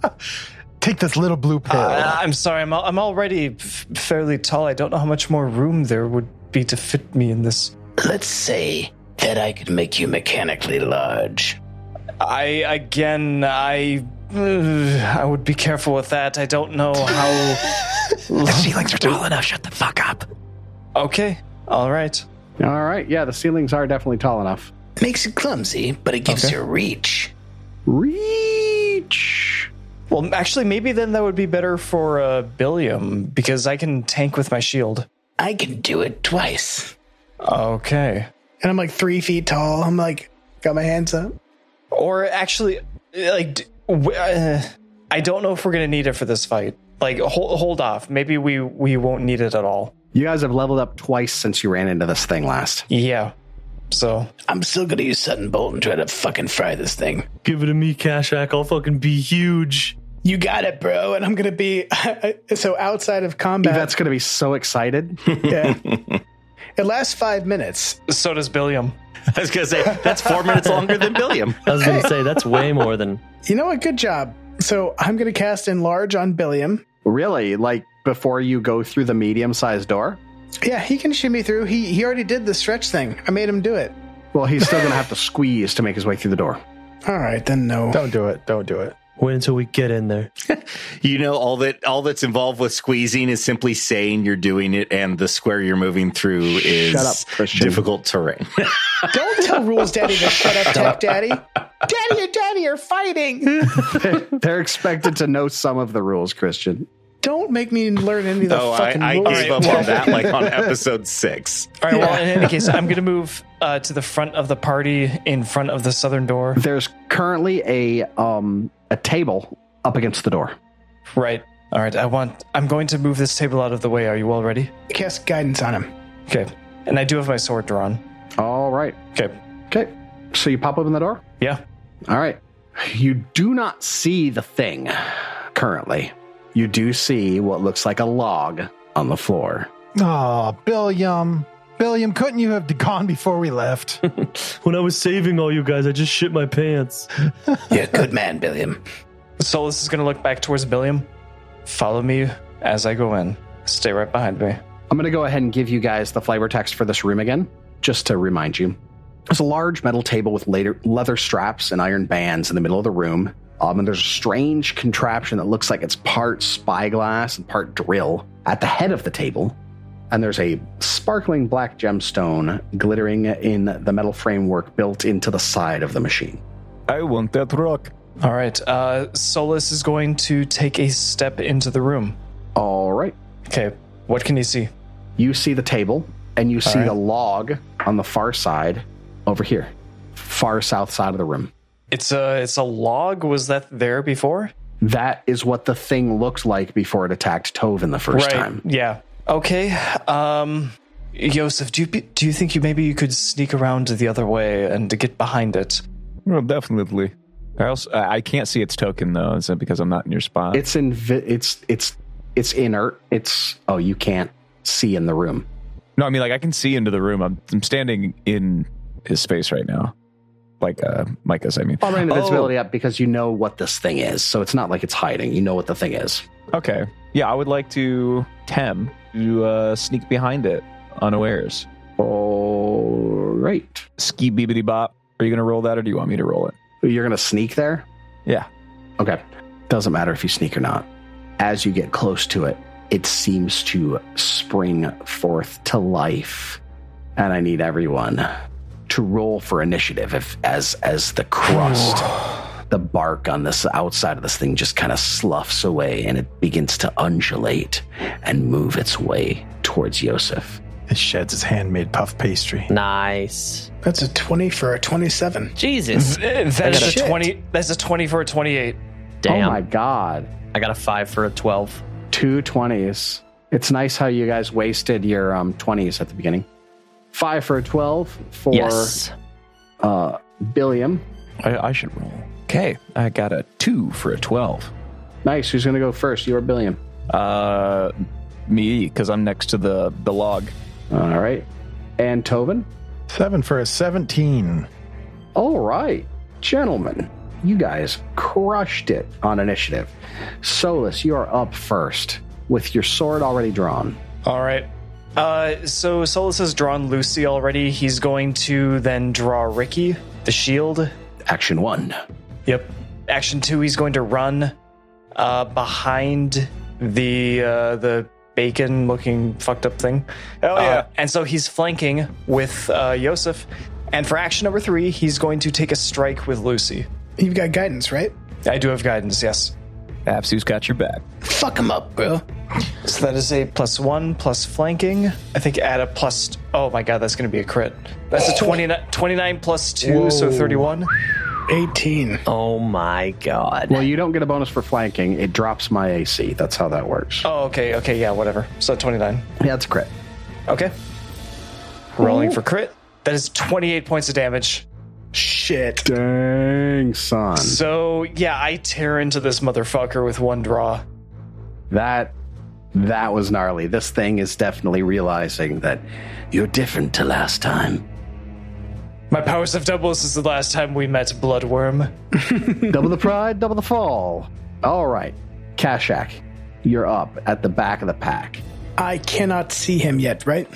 Speaker 6: Take this little blue pill.
Speaker 4: Uh, I'm sorry. I'm al- I'm already f- fairly tall. I don't know how much more room there would be to fit me in this.
Speaker 13: Let's say that I could make you mechanically large.
Speaker 4: I again. I. [sighs] I would be careful with that. I don't know how.
Speaker 13: [laughs] the ceilings are tall enough. Shut the fuck up.
Speaker 4: Okay. All right.
Speaker 2: All right. Yeah, the ceilings are definitely tall enough.
Speaker 13: Makes you clumsy, but it gives you reach.
Speaker 2: Reach.
Speaker 4: Well, actually, maybe then that would be better for uh, Billiam because I can tank with my shield.
Speaker 13: I can do it twice.
Speaker 4: Okay.
Speaker 9: And I'm like three feet tall. I'm like, got my hands up.
Speaker 4: Or actually, like, d- w- uh, I don't know if we're gonna need it for this fight. Like, hold, hold off. Maybe we we won't need it at all.
Speaker 2: You guys have leveled up twice since you ran into this thing last.
Speaker 4: Yeah. So
Speaker 13: I'm still gonna use Sutton Bolt and try to fucking fry this thing.
Speaker 14: Give it to me, Kashak. I'll fucking be huge.
Speaker 9: You got it, bro. Oh, And I'm going to be [laughs] so outside of combat.
Speaker 2: Yvette's going to be so excited.
Speaker 9: [laughs]
Speaker 2: [laughs]
Speaker 9: Yeah. It lasts five minutes.
Speaker 4: So does Billiam.
Speaker 8: [laughs] I was gonna say that's four minutes longer than Billiam.
Speaker 14: I was going to say, that's way
Speaker 9: [laughs]
Speaker 8: [laughs]
Speaker 14: more than.
Speaker 9: You know what? Good job. So I'm going to cast Enlarge on Billiam.
Speaker 2: Really? Like before you go through the medium sized door?
Speaker 9: Yeah, he can shimmy through. He he already did the stretch thing. I made him do it.
Speaker 2: Well, he's still going to have to squeeze to make his way through the door.
Speaker 9: All right, then no.
Speaker 6: Don't do it. Don't do it.
Speaker 14: Wait until we get in there.
Speaker 8: You know, all that all that's involved with squeezing is simply saying you're doing it, and the square you're moving through is
Speaker 2: Shut up, Christian. [laughs]
Speaker 8: difficult terrain.
Speaker 9: Don't tell Rules Daddy to shut up, Tap Daddy. Daddy and Daddy are fighting.
Speaker 2: They're expected to know some of the rules, Christian.
Speaker 9: Don't make me learn any of the
Speaker 8: oh, I,
Speaker 9: fucking
Speaker 8: I
Speaker 9: rules.
Speaker 8: gave up on that like on episode six.
Speaker 4: All right. Well, in any case, I'm gonna move uh, to the front of the party, in front of the southern door.
Speaker 2: There's currently a um a table up against the door.
Speaker 4: Right. All right. I want. I'm going to move this table out of the way. Are you all ready?
Speaker 9: Cast guidance on him.
Speaker 4: Okay. And I do have my sword drawn.
Speaker 2: All right.
Speaker 4: Okay.
Speaker 2: Okay. So you pop open the door?
Speaker 4: Yeah.
Speaker 2: All right. You do not see the thing currently. You do see what looks like a log on the floor.
Speaker 6: Oh, Billiam. Billiam, couldn't you have gone before we left?
Speaker 14: [laughs] When I was saving all you guys, I just shit
Speaker 6: [laughs]
Speaker 14: my pants.
Speaker 13: You're a good man, Billiam.
Speaker 4: Solus is going to look back towards Billiam. Follow me as I go in. Stay right behind me.
Speaker 2: I'm going to go ahead and give you guys the flavor text for this room again, just to remind you. There's a large metal table with later, leather straps and iron bands in the middle of the room. Um, and there's a strange contraption that looks like it's part spyglass and part drill at the head of the table. And there's a sparkling black gemstone glittering in the metal framework built into the side of the machine.
Speaker 5: I want that rock.
Speaker 4: All right. Uh, Solus is going to take a step into the room.
Speaker 2: All right.
Speaker 4: Okay. What can he see?
Speaker 2: You see the table, and you see
Speaker 4: right.
Speaker 2: the log on the far side over here, far south side of the room.
Speaker 4: It's a it's a log. Was that there before?
Speaker 2: That is what the thing looked like before it attacked Tovin the first time.
Speaker 4: Yeah. Okay. Um, Yosef, do you be- do you think you maybe you could sneak around the other way and to get behind it?
Speaker 5: Well, definitely. I also I can't see its token though. Is it because I'm not in your spot?
Speaker 2: It's in. It's it's it's inert. It's oh, you can't see in the room.
Speaker 5: No, I mean like I can see into the room. I'm I'm standing in his face right now, like uh, Micah's. I mean,
Speaker 2: I'll bring invisibility up because you know what this thing is, so it's not like it's hiding. You know what the thing is.
Speaker 5: Okay. Oh! Yeah, I would like to Tem to uh, sneak behind it unawares.
Speaker 2: All right.
Speaker 5: Ski beebity bop. Are you going to roll that or do you want me to roll it?
Speaker 2: You're going to sneak there.
Speaker 5: Yeah.
Speaker 2: Okay. Doesn't matter if you sneak or not. As you get close to it, it seems to spring forth to life, and I need everyone to roll for initiative. If as as the crust, the bark on this outside of this thing just kind of sloughs away, and it begins to undulate and move its way towards Yosef.
Speaker 6: It sheds its handmade puff pastry.
Speaker 14: Nice.
Speaker 9: That's a 20 for a 27.
Speaker 8: [laughs]
Speaker 14: Jesus.
Speaker 4: That's a twenty. That's a twenty for a twenty-eight.
Speaker 14: Damn.
Speaker 2: Oh my god.
Speaker 14: I got a five for a 12.
Speaker 2: Two 20s. It's nice how you guys wasted your um, 20s at the beginning. Five for a 12 for
Speaker 14: Yes.
Speaker 2: uh, Billiam.
Speaker 5: I, I should roll. Okay. I got a two for a 12.
Speaker 2: Nice. Who's going to go first? You or Billiam?
Speaker 5: Uh, me, because I'm next to the, the log.
Speaker 2: All right. And Tobin?
Speaker 6: Seven for a 17.
Speaker 2: All right. Gentlemen, you guys crushed it on initiative. Solus, you are up first with your sword already drawn.
Speaker 4: All right. Uh, so Solus has drawn Lucy already. He's going to then draw Ricky, the shield.
Speaker 2: Action one.
Speaker 4: Yep. Action two. He's going to run uh, behind the uh, the bacon-looking fucked up thing. Uh,
Speaker 5: Oh yeah.
Speaker 4: And so he's flanking with uh, Yosef. And for action number three, he's going to take a strike with Lucy.
Speaker 9: You've got guidance, right?
Speaker 4: I do have guidance. Yes.
Speaker 5: Apps, who's got your back?
Speaker 9: Fuck him up, bro.
Speaker 4: So that is a plus one plus flanking. I think add a plus. Oh my god, that's going to be a crit. That's a 29, 29 plus two, so
Speaker 9: Whoa.
Speaker 4: 31.
Speaker 9: 18.
Speaker 14: Oh my god.
Speaker 2: Well, you don't get a bonus for flanking. It drops my AC. That's how that works.
Speaker 4: Oh, okay, okay, yeah, whatever. So 29.
Speaker 2: Yeah, it's a crit.
Speaker 4: Okay. Rolling for crit. That is 28 points of damage.
Speaker 9: Shit.
Speaker 2: Dang, son.
Speaker 4: So, yeah, I tear into this motherfucker with one draw.
Speaker 2: That that was gnarly. This thing is definitely realizing that you're different to
Speaker 9: [laughs]
Speaker 2: last time.
Speaker 4: My powers have doubled since the last time we met, Bloodworm.
Speaker 2: double the pride, double the fall. All right, Kashak, you're up at the back of the pack.
Speaker 9: I cannot see him yet, right?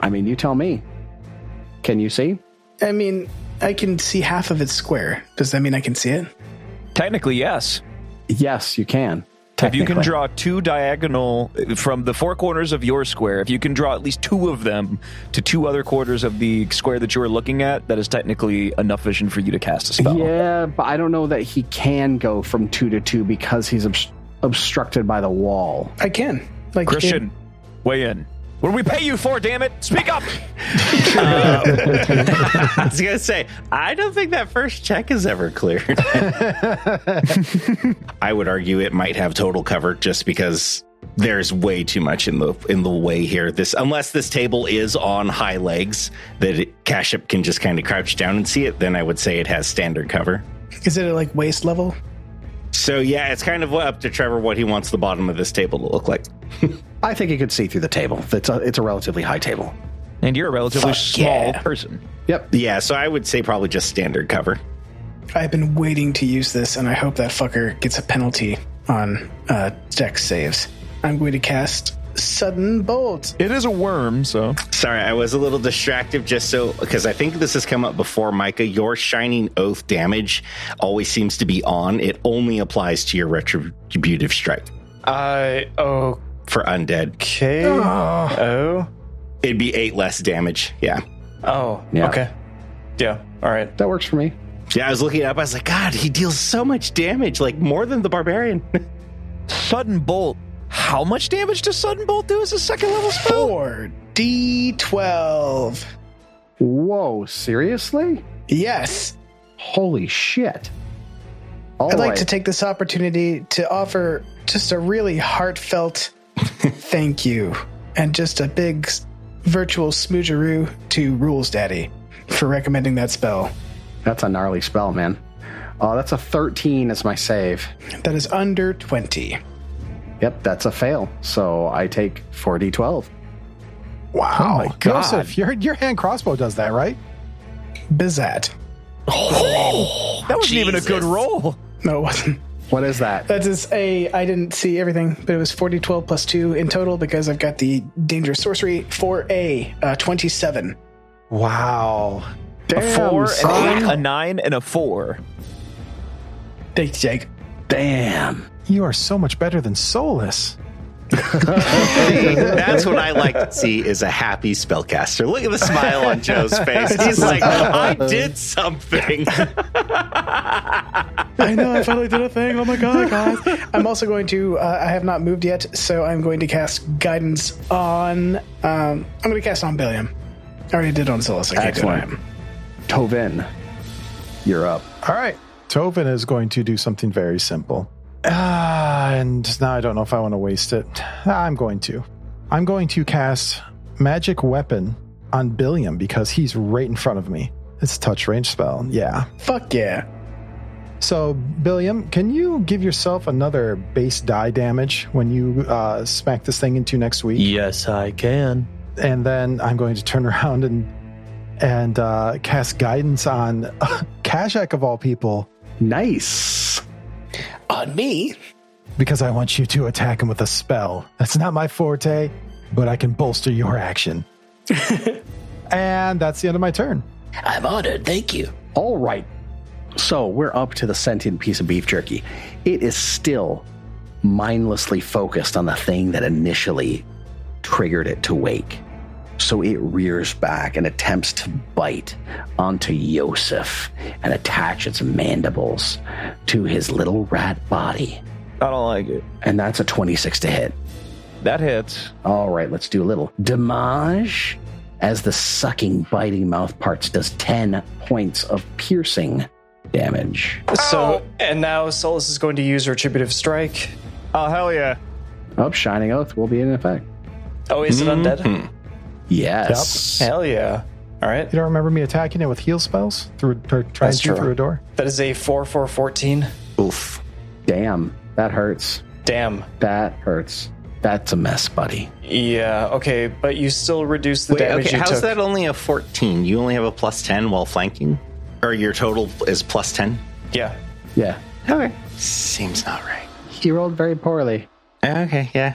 Speaker 2: I mean, you tell me. Can you see?
Speaker 9: I mean, I can see half of its square. Does that mean I can see it?
Speaker 5: Technically, yes.
Speaker 2: Yes, you can.
Speaker 5: If you can
Speaker 2: Technically.
Speaker 5: draw two diagonal uh, from the four corners of your square, if you can draw at least two of them to two other quarters of the square that you are looking at, that is technically enough vision for you to cast a spell.
Speaker 2: Yeah, but I don't know that he can go from two to two because he's obst- obstructed by the wall.
Speaker 9: I can. Like
Speaker 5: Christian, weigh in. What do we pay you for, damn it? Speak [laughs] up! Uh, [laughs]
Speaker 7: I was gonna say, I don't think that first check is ever
Speaker 5: [laughs]
Speaker 7: cleared. I would argue it might have total cover just because there's way too much in the in the way here. This unless this table is on high legs that it, Kashyap can just kind of crouch down and see it, then I would say it has standard cover.
Speaker 9: It, is it at like waist level?
Speaker 7: So yeah, it's kind of up to Trevor what he wants the bottom of this table to look like.
Speaker 2: [laughs] I think he could see through the table. It's a, it's a relatively high table.
Speaker 5: And you're a relatively
Speaker 7: Fuck
Speaker 5: small
Speaker 7: yeah.
Speaker 5: person.
Speaker 2: Yep.
Speaker 7: Yeah, so I would say probably just standard cover.
Speaker 9: I've been waiting to use this, and I hope that fucker gets a penalty on uh, dex saves. I'm going to cast Sudden Bolt.
Speaker 5: It is a worm, so.
Speaker 7: Sorry, I was a little distractive just so because I think this has come up before, Micah. Your Shining Oath damage always seems to be on. It only applies to your Retributive Strike
Speaker 4: Uh, oh,
Speaker 7: for undead.
Speaker 4: okay.
Speaker 5: Ah.
Speaker 4: Oh.
Speaker 7: It'd be eight less damage. Yeah.
Speaker 4: Oh,
Speaker 2: Yeah.
Speaker 4: okay. Yeah, all right.
Speaker 2: That works for me.
Speaker 7: Yeah, I was looking it up. I was like, God, he deals so much damage, like more than the
Speaker 8: [laughs]
Speaker 7: Barbarian.
Speaker 5: Sudden Bolt. How much damage does Sudden Bolt do as a second level spell?
Speaker 9: 4d12.
Speaker 2: Whoa, seriously?
Speaker 9: Yes.
Speaker 2: Holy shit. All
Speaker 9: I'd like
Speaker 2: right.
Speaker 9: to take this opportunity to offer just a really
Speaker 5: [laughs]
Speaker 9: heartfelt thank you and just a big s- virtual smoocheroo to Rules Daddy for recommending that spell.
Speaker 2: That's a gnarly spell, man. Oh, that's a 13 is my save.
Speaker 9: That is under 20.
Speaker 2: Yep, that's a fail. So I take 4d12.
Speaker 6: Wow. oh Joseph, your, your hand crossbow does that, right?
Speaker 9: Bizat.
Speaker 5: Oh, that wasn't even a good roll.
Speaker 9: No, it wasn't.
Speaker 2: What is that?
Speaker 9: That is a. I didn't see everything, but it was 40, 12 plus 2 in total because I've got the dangerous sorcery 4A, uh, 27.
Speaker 6: Wow.
Speaker 5: Damn, a four, an eight, a nine, and a four.
Speaker 9: Thanks, Jake.
Speaker 2: Damn.
Speaker 6: You are so much better than Solus.
Speaker 8: [laughs] That's what I like to see is a happy spellcaster. Look at the smile
Speaker 2: [laughs]
Speaker 8: on Joe's face. He's like, I did something.
Speaker 9: [laughs] I know, I finally did a thing. Oh my god, guys. I'm also going to, uh, I have not moved yet, so I'm going to cast guidance on, um, I'm going to cast on Billiam. I already did on Solus. I can't do it.
Speaker 2: Excellent. Tovin, you're up.
Speaker 6: All right. Tovin is going to do something very simple. Ah, and now I don't know if I want to waste it. I'm going to. I'm going to cast Magic Weapon on Billiam because he's right in front of me. It's a touch range spell. Yeah.
Speaker 9: Fuck yeah.
Speaker 6: So, Billiam, can you give yourself another base die damage when you uh, smack this thing into next week?
Speaker 14: Yes, I can.
Speaker 6: and then I'm going to turn [laughs] around and and uh, cast guidance on [laughs] Kashak of all people
Speaker 2: Nice.
Speaker 9: On me?
Speaker 6: because I want you to attack him with a spell. That's not my forte, but I can bolster your
Speaker 9: [laughs]
Speaker 6: action. and that's the end of my turn.
Speaker 13: I'm honored. Thank you.
Speaker 2: All right. So we're up to the sentient piece of beef jerky. It is still mindlessly focused on the thing that initially triggered it to wake. So it rears back and attempts to bite onto Yosef and attach its mandibles to his little rat body.
Speaker 5: I don't like it.
Speaker 2: And that's a 26 to hit.
Speaker 5: That hits.
Speaker 2: All right, let's do a little damage. As the sucking, biting mouth parts does 10 points of piercing damage.
Speaker 4: So, and now Solus is going to use retributive strike.
Speaker 5: Oh hell yeah!
Speaker 2: Up, Oh, Shining Oath will be in effect.
Speaker 4: Oh, is
Speaker 8: Mm-hmm.
Speaker 4: it undead?
Speaker 2: Yes.
Speaker 4: Hell yeah! All right,
Speaker 6: You don't remember me attacking it with heal spells through or trying
Speaker 4: That's
Speaker 6: to
Speaker 4: true.
Speaker 6: through a door?
Speaker 4: that is a four four fourteen.
Speaker 2: Oof. Damn, that hurts.
Speaker 4: Damn.
Speaker 2: That hurts. That's a mess, buddy.
Speaker 4: Yeah. Okay, but you still reduce the
Speaker 8: Wait,
Speaker 4: damage
Speaker 8: okay,
Speaker 4: you
Speaker 8: how's
Speaker 4: took.
Speaker 8: that only a 14? You only have a plus 10 while flanking? Or your total is plus 10?
Speaker 4: Yeah.
Speaker 2: Yeah.
Speaker 8: Okay. Seems not right.
Speaker 2: He rolled very poorly.
Speaker 8: Okay, yeah.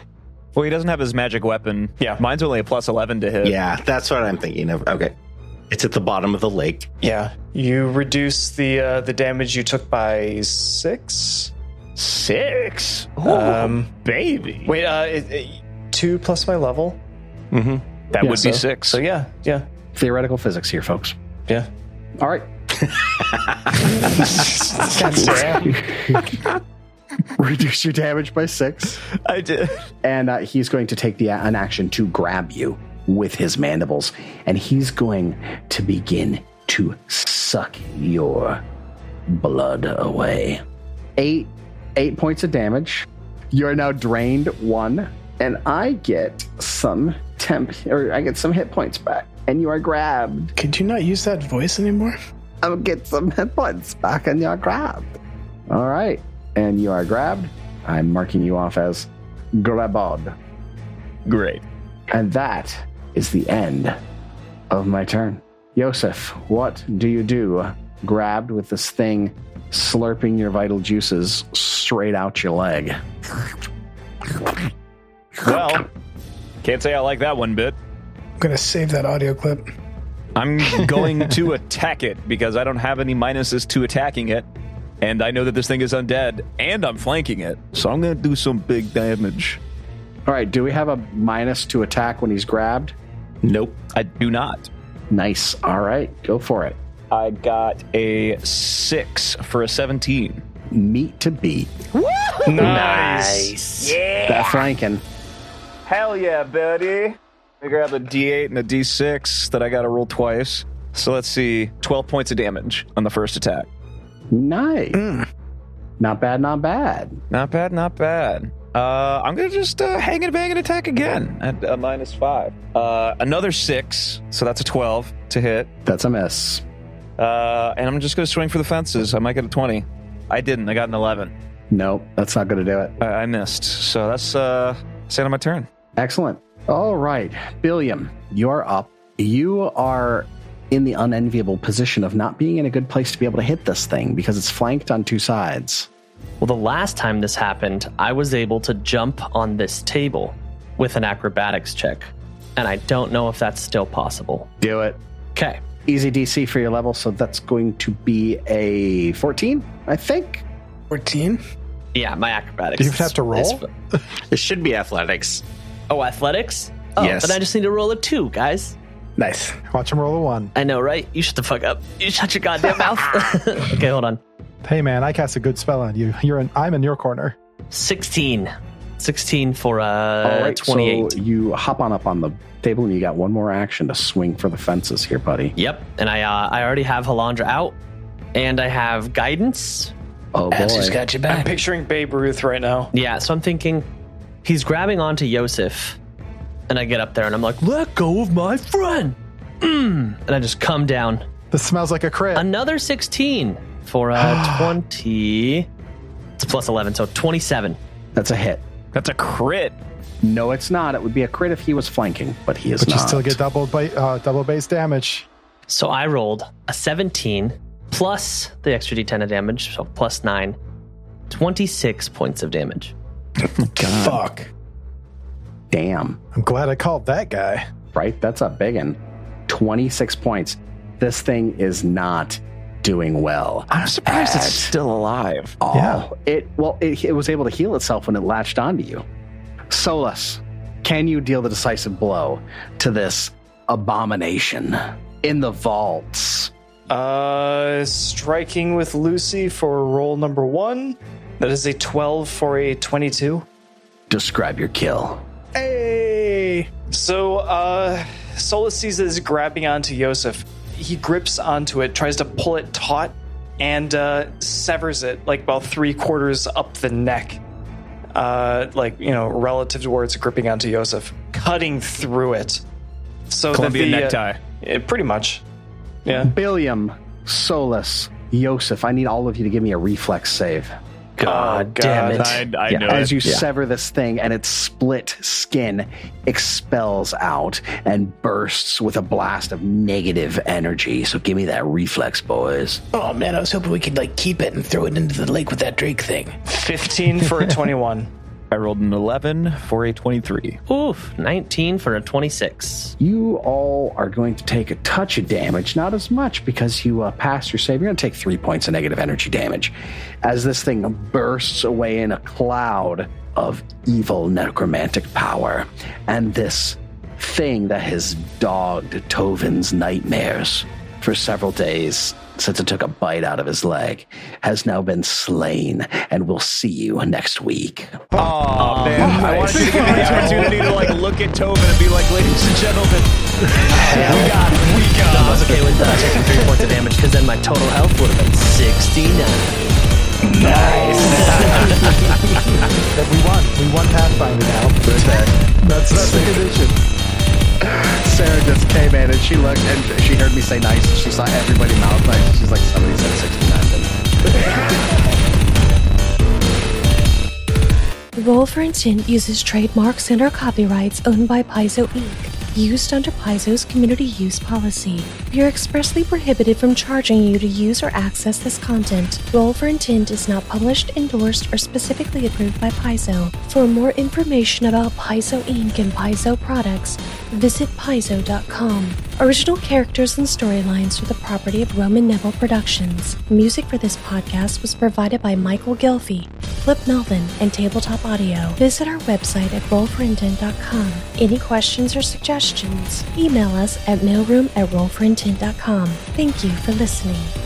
Speaker 5: Well, he doesn't have his magic weapon.
Speaker 4: Yeah.
Speaker 5: mine's only a plus eleven to hit.
Speaker 8: Yeah, that's what I'm thinking of. Okay. It's at the bottom of the lake.
Speaker 4: Yeah. You reduce the uh, the damage you took by six.
Speaker 5: six.
Speaker 4: Um,
Speaker 5: baby.
Speaker 4: Wait. Uh, it, it- two plus my level.
Speaker 8: Mm-hmm.
Speaker 5: that
Speaker 2: yeah,
Speaker 5: would
Speaker 2: so-
Speaker 5: be six.
Speaker 4: So yeah, yeah,
Speaker 2: Theoretical physics here, folks.
Speaker 4: yeah.
Speaker 2: All right. Reduce your damage by six.
Speaker 5: I did.
Speaker 2: And uh, he's going to take the an action to grab you with his mandibles. And he's going to begin to suck your blood away. Eight, eight points of damage. You are now drained one. And I get some temp, or I get some hit points back. And you are grabbed.
Speaker 9: Could you not use that voice anymore?
Speaker 2: I'll get some hit points back and you're grabbed. All right. And you are grabbed. I'm marking you off as grabbed.
Speaker 5: Great.
Speaker 2: And that is the end of my turn. Yosef, what do you do? Grabbed with this thing slurping your vital juices straight out your leg.
Speaker 5: Well, can't say I like that one bit.
Speaker 9: I'm going to save that audio clip.
Speaker 5: I'm going to attack it because I don't have any minuses to attacking it. And I know that this thing is undead, and I'm flanking it. So I'm going to do some big damage.
Speaker 2: All right. Do we have a minus to attack when he's grabbed?
Speaker 8: Nope.
Speaker 5: I do not.
Speaker 2: Nice. All right. Go for it.
Speaker 5: I got a six for a 17.
Speaker 2: Meat to beat.
Speaker 4: Nice.
Speaker 2: That flanking.
Speaker 5: Hell yeah, buddy. I grab a D8 and a D6 that I got to roll twice. So let's see 12 points of damage on the first attack.
Speaker 2: Nice. Not bad. Not bad.
Speaker 5: Not bad, not bad. Uh, I'm gonna just uh, hang and bang and attack again at uh, minus five. Uh, another six, so that's a twelve to hit.
Speaker 2: That's a miss.
Speaker 5: Uh, and I'm just gonna swing for the fences. I might get a twenty. I didn't. I got an 11.
Speaker 2: Nope, that's not going to do it.
Speaker 5: I, I missed. So that's uh, that's the end of my turn.
Speaker 2: Excellent. All right, Billiam, you're up. You are in the unenviable position of not being in a good place to be able to hit this thing because it's flanked on two sides.
Speaker 14: Well, the last time this happened, I was able to jump on this table with an acrobatics check, and I don't know if that's still possible.
Speaker 2: Do it.
Speaker 14: Okay.
Speaker 2: Easy DC for your level, so that's going to be a 14, I think.
Speaker 9: 14?
Speaker 14: Yeah, my acrobatics.
Speaker 6: Do you have to roll?
Speaker 7: it should be athletics.
Speaker 14: Oh, athletics? Oh,
Speaker 7: Yes.
Speaker 14: then I just need to roll a two, guys.
Speaker 9: Nice.
Speaker 6: Watch him roll a one.
Speaker 14: I know, right? You shut the fuck up. You shut your goddamn
Speaker 6: [laughs]
Speaker 14: mouth. [laughs] okay, hold on.
Speaker 6: Hey man, I cast a good spell on you. You're in, I'm in your corner.
Speaker 14: 16. 16 for
Speaker 2: All
Speaker 14: uh,
Speaker 2: right,
Speaker 14: 28.
Speaker 2: So you hop on up on the table and you got one more action to swing for the fences here, buddy.
Speaker 14: Yep. And I uh, I already have Halandra out, and I have guidance.
Speaker 2: Oh,
Speaker 4: Boy. I'm picturing Babe Ruth right now.
Speaker 14: Yeah, so I'm thinking he's grabbing onto Yosef, and I get up there and I'm like, let go of my friend. Mm, and I just come down.
Speaker 6: This smells like a crit.
Speaker 14: Another 16 for
Speaker 4: [gasps]
Speaker 14: a 20. It's a plus 11, so 27.
Speaker 2: That's a hit.
Speaker 5: That's a crit.
Speaker 2: No, it's not. It would be a crit if he was flanking, but he is
Speaker 6: but
Speaker 2: not.
Speaker 6: you still get double ba- uh, double base damage. [laughs]
Speaker 14: So I rolled a 17 plus the extra d10 of damage, so plus 9, 26 points of damage.
Speaker 9: Fuck.
Speaker 2: Damn.
Speaker 6: I'm glad I called that guy.
Speaker 2: Right? That's a big one. 26 points. This thing is not doing well.
Speaker 5: I'm surprised it's
Speaker 2: At
Speaker 5: still alive.
Speaker 2: all.
Speaker 6: Yeah.
Speaker 2: It well, it, it was able to heal itself when it latched onto you. Solus, can you deal the decisive blow to this abomination in the vaults?
Speaker 4: Uh, striking with Lucy for roll number one. That is a 12 for a 22.
Speaker 2: Describe your kill.
Speaker 4: Hey! So, uh, Solus sees this grabbing onto Yosef. He grips onto it, tries to pull it taut, and uh, severs it like about three quarters up the neck. Uh, like, you know, relative to where it's gripping onto Yosef, cutting through it. So that
Speaker 5: Colombian
Speaker 4: the, uh,
Speaker 5: necktie.
Speaker 4: yeah, pretty much. Yeah.
Speaker 2: Billiam, Solus, Yosef, I need all of you to give me a reflex save.
Speaker 14: God, Oh, damn it.
Speaker 5: I, I
Speaker 2: Yeah,
Speaker 5: know
Speaker 2: as
Speaker 5: it.
Speaker 2: you sever this thing and its split skin expels out and bursts with a blast of negative energy. So give me that reflex, boys.
Speaker 9: Oh man, I was hoping we could like keep it and throw it into the lake with that Drake thing.
Speaker 4: 15
Speaker 9: [laughs]
Speaker 4: for a 21.
Speaker 5: I rolled an 11 [laughs] for a 23.
Speaker 14: Oof, 19 for a 26.
Speaker 2: You all are going to take a touch of damage, not as much because you uh, passed your save. You're going to take three points of negative energy damage as this thing bursts away in a cloud of evil necromantic power. And this thing that has dogged Tovin's nightmares for several days since it took a bite out of his leg has now been slain and we'll see you next week.
Speaker 5: Oh, man. I wanted to get the [laughs] opportunity to like look at Tobin and be like, ladies and gentlemen, we got it. We got
Speaker 14: I was okay with uh, taking three points of damage because then my total health would have been 69. [laughs]
Speaker 6: That we won. We won Pathfinder now. That's that's the condition.
Speaker 2: Sarah just came in and she looked and she heard me say nice and she saw everybody mouth nice. She's like, somebody said 69. didn't they?"
Speaker 12: Roll for Intent uses trademarks and our copyrights owned by Paizo Inc., used under Paizo's community use policy. We are expressly prohibited from charging you to use or access this content. Roll for Intent is not published, endorsed, or specifically approved by Paizo. For more information about Paizo Inc. and Paizo products, visit paizo.com. Original characters and storylines are the property of Roman Neville Productions. Music for this podcast was provided by Michael Gilfie, Flip Melvin, and Tabletop Audio. Visit our website at rollforintent.com. Any questions or suggestions, email us at mailroom at rollforintent.com. Thank you for listening.